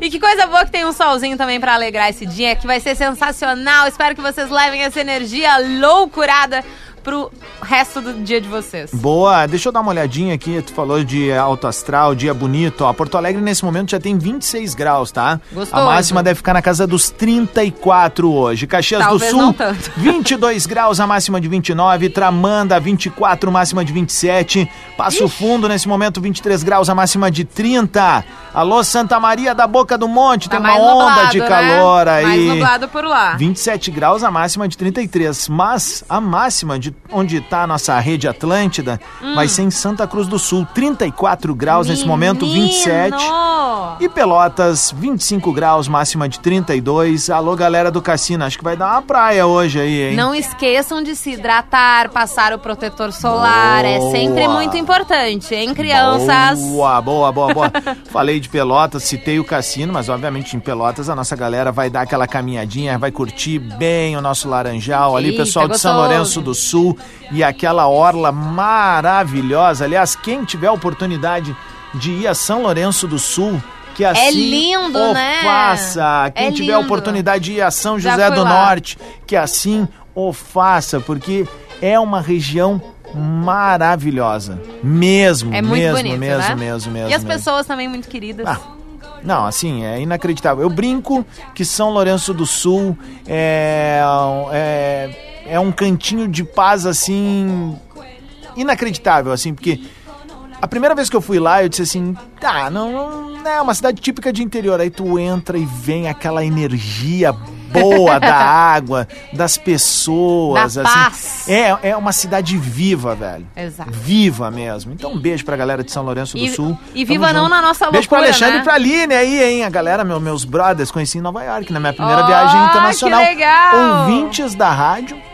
B: E que coisa boa que tem um solzinho também pra alegrar esse dia, que vai ser sensacional. Espero que vocês levem essa energia loucurada pro resto do dia de vocês.
A: Boa, deixa eu dar uma olhadinha aqui. Tu falou de alto astral, dia bonito. Ó, Porto Alegre nesse momento já tem 26 graus, tá?
B: Gostoso.
A: A máxima deve ficar na casa dos 34 hoje. Caxias
B: Talvez
A: do Sul,
B: não
A: [LAUGHS]
B: tanto.
A: 22 graus, a máxima de 29. Tramanda, 24, máxima de 27. Passo Fundo nesse momento, 23 graus, a máxima de 30. Alô, Santa Maria da Boca do Monte, tem uma
B: mais
A: onda
B: nublado,
A: de
B: né?
A: calor aí.
B: Mais nublado por lá.
A: 27 graus, a máxima de 33. Mas a máxima de onde está a nossa rede Atlântida
B: Hum.
A: vai ser em Santa Cruz do Sul. 34 graus nesse momento,
B: Menino!
A: 27. E Pelotas, 25 graus, máxima de 32. Alô, galera do cassino, acho que vai dar uma praia hoje aí, hein?
B: Não esqueçam de se hidratar, passar o protetor solar. É sempre
A: Boa.
B: muito importante, hein, crianças?
A: Boa, boa, boa, boa. [LAUGHS] Falei de Pelotas, citei o cassino, mas obviamente em Pelotas a nossa galera vai dar aquela caminhadinha, vai curtir bem o nosso laranjal ali,
B: Ih,
A: pessoal
B: tá
A: de São
B: gostoso.
A: Lourenço do Sul e aquela orla maravilhosa. Aliás, quem tiver a oportunidade de ir a São Lourenço do Sul, que assim
B: É lindo,
A: o
B: né?
A: faça. Quem
B: É
A: tiver a
B: lindo.
A: oportunidade de ir a São
B: Já
A: José
B: fui
A: do
B: lá.
A: Norte, que assim o faça, porque é uma região maravilhosa. Mesmo,
B: É muito
A: mesmo,
B: bonito,
A: mesmo,
B: né?
A: mesmo, mesmo.
B: E as
A: mesmo. Ah,
B: pessoas também muito queridas.
A: Não, assim, é inacreditável. Eu brinco que São Lourenço do Sul é, é, é um cantinho de paz, assim, inacreditável, assim, porque a primeira vez que eu fui lá, eu disse assim, tá, não, não é uma cidade típica de interior. Aí tu entra e vem aquela energia
B: [LAUGHS]
A: boa da água, das pessoas,
B: Da
A: assim.
B: paz.
A: É, é uma cidade viva, velho.
B: Exato.
A: Viva mesmo. Então, um beijo pra galera de São Lourenço do
B: E-
A: Sul.
B: e
A: Tamo
B: viva não
A: junto.
B: na nossa
A: Beijo pro
B: loucura,
A: Alexandre
B: né?
A: e pra Aline aí, hein? A galera, meu- meus brothers, conheci em Nova York, na minha primeira
B: Ó,
A: viagem internacional.
B: que legal!
A: Ouvintes da rádio.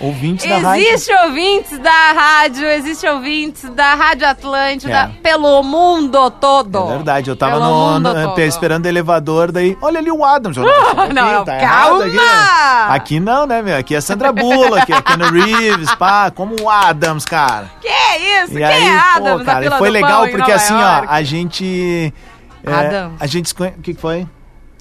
A: Ouvintes da rádio.
B: Existe ouvintes da rádio, existe ouvintes da Rádio Atlântida,
A: É.
B: pelo mundo todo.
A: É verdade, eu tava
B: Pelo
A: no,
B: mundo
A: no-
B: todo.
A: esperando o elevador, daí. Olha ali o Adams. Eu,
B: [LAUGHS] não,
A: tá errado
B: calma!
A: aqui, né? Aqui não, né, meu? Aqui é Sandra Bullock, aqui é Keanu Reeves, pá, como o Adams, cara.
B: Que isso?
A: E
B: que
A: aí,
B: é Adams,
A: pô,
B: a
A: cara,
B: fila
A: foi
B: do
A: legal
B: pão em
A: porque
B: Nova
A: assim,
B: York?
A: ó, a gente. é,
B: Adams.
A: a gente se conhe... O que que foi?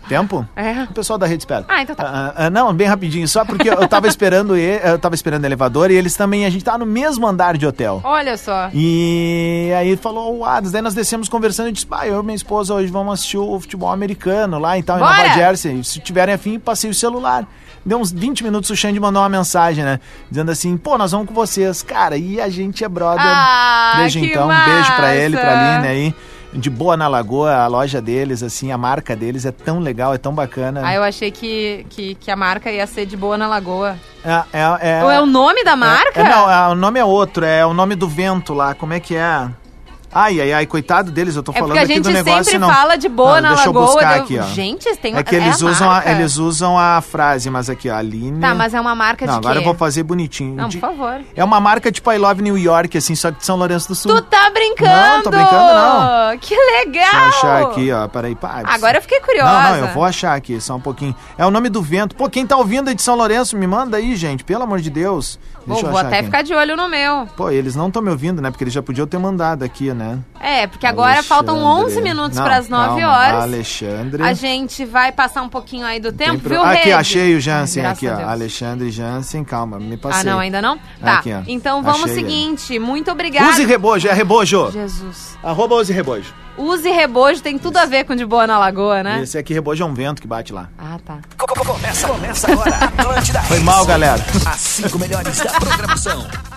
A: Tempo?
B: É.
A: O pessoal da rede espera.
B: Ah, então tá.
A: Ah, ah, não, bem rapidinho, só porque eu tava [LAUGHS] esperando e- eu tava esperando o elevador e eles também, a gente tava no mesmo andar de hotel.
B: Olha só.
A: E aí falou o Adams, daí nós descemos conversando e disse: Pai, eu e minha esposa hoje vamos assistir o futebol americano lá e tal, em
B: Bora!
A: Nova Jersey. Se tiverem afim, passei o celular. Deu uns 20 minutos, o Xande mandou uma mensagem, né? Dizendo assim: pô, nós vamos com vocês. Cara, e a gente é brother.
F: Ah,
A: beijo
F: que
A: então, um beijo pra ele,
F: massa!
A: pra Aline aí. De boa na lagoa, a loja deles, assim, a marca deles é tão legal, é tão bacana.
B: Ah, eu achei que, que, que a marca ia ser de boa na lagoa.
A: É, é, é,
B: Ou é o nome da marca?
A: É, não, é- o nome é outro, é o nome do vento lá, como é que é? Ai, ai, ai, coitado deles, eu tô
B: É
A: falando
B: porque a
A: aqui
B: gente
A: do negócio.
B: sempre
A: não.
B: fala de boa
A: Ah,
B: na
A: deixa
B: lagoa.
A: eu buscar
B: deu-
A: aqui, ó.
B: Gente, tem
A: é que
B: a
A: eles, usam a,
B: marca.
A: eles usam a frase, mas aqui, ó, Aline...
B: Tá, mas é uma marca
A: Não,
B: de
A: agora
B: quê?
A: eu vou fazer bonitinho.
B: Não,
A: De-
B: por favor.
A: É uma marca tipo I Love New York, assim, só que de São Lourenço do Sul.
B: Tu tá brincando?
A: Não, tô brincando, não.
B: Que legal!
A: Deixa eu achar aqui, ó, peraí. Pá,
B: Agora eu fiquei curiosa.
A: Não, não, eu vou achar aqui, só um pouquinho. É o nome do vento. Pô, quem tá ouvindo aí de São Lourenço, me manda aí, gente, pelo amor de Deus.
B: Bom,
A: Deixa eu
B: vou
A: achar
B: até
A: aqui.
B: ficar de olho no meu.
A: Pô, eles não estão me ouvindo, né? Porque eles já podiam ter mandado aqui, né? né?
B: É, porque agora faltam 11 minutos
A: Não,
B: para as 9
A: calma,
B: horas.
A: Alexandre.
B: A gente vai passar um pouquinho aí do tempo,
A: Tem pro-
B: viu,
A: Aqui,
B: Rede?
A: achei o Jansen aqui, ó.
B: Graças a Deus.
A: Alexandre Jansen, calma, me passei.
B: Ah, não, ainda não? Tá.
A: Aqui, ó.
B: Então vamos
A: Achei ele.
B: seguinte. Muito obrigada.
A: Use Rebojo, é Rebojo.
B: Jesus.
A: Arroba Use Rebojo.
B: Use rebojo, tem tudo a ver com de boa na lagoa, né?
A: Esse aqui, Rebojo, é um vento que bate lá.
B: Ah, tá.
E: Começa, começa agora. Atlântida.
A: Foi mal, galera.
E: As cinco melhores da programação.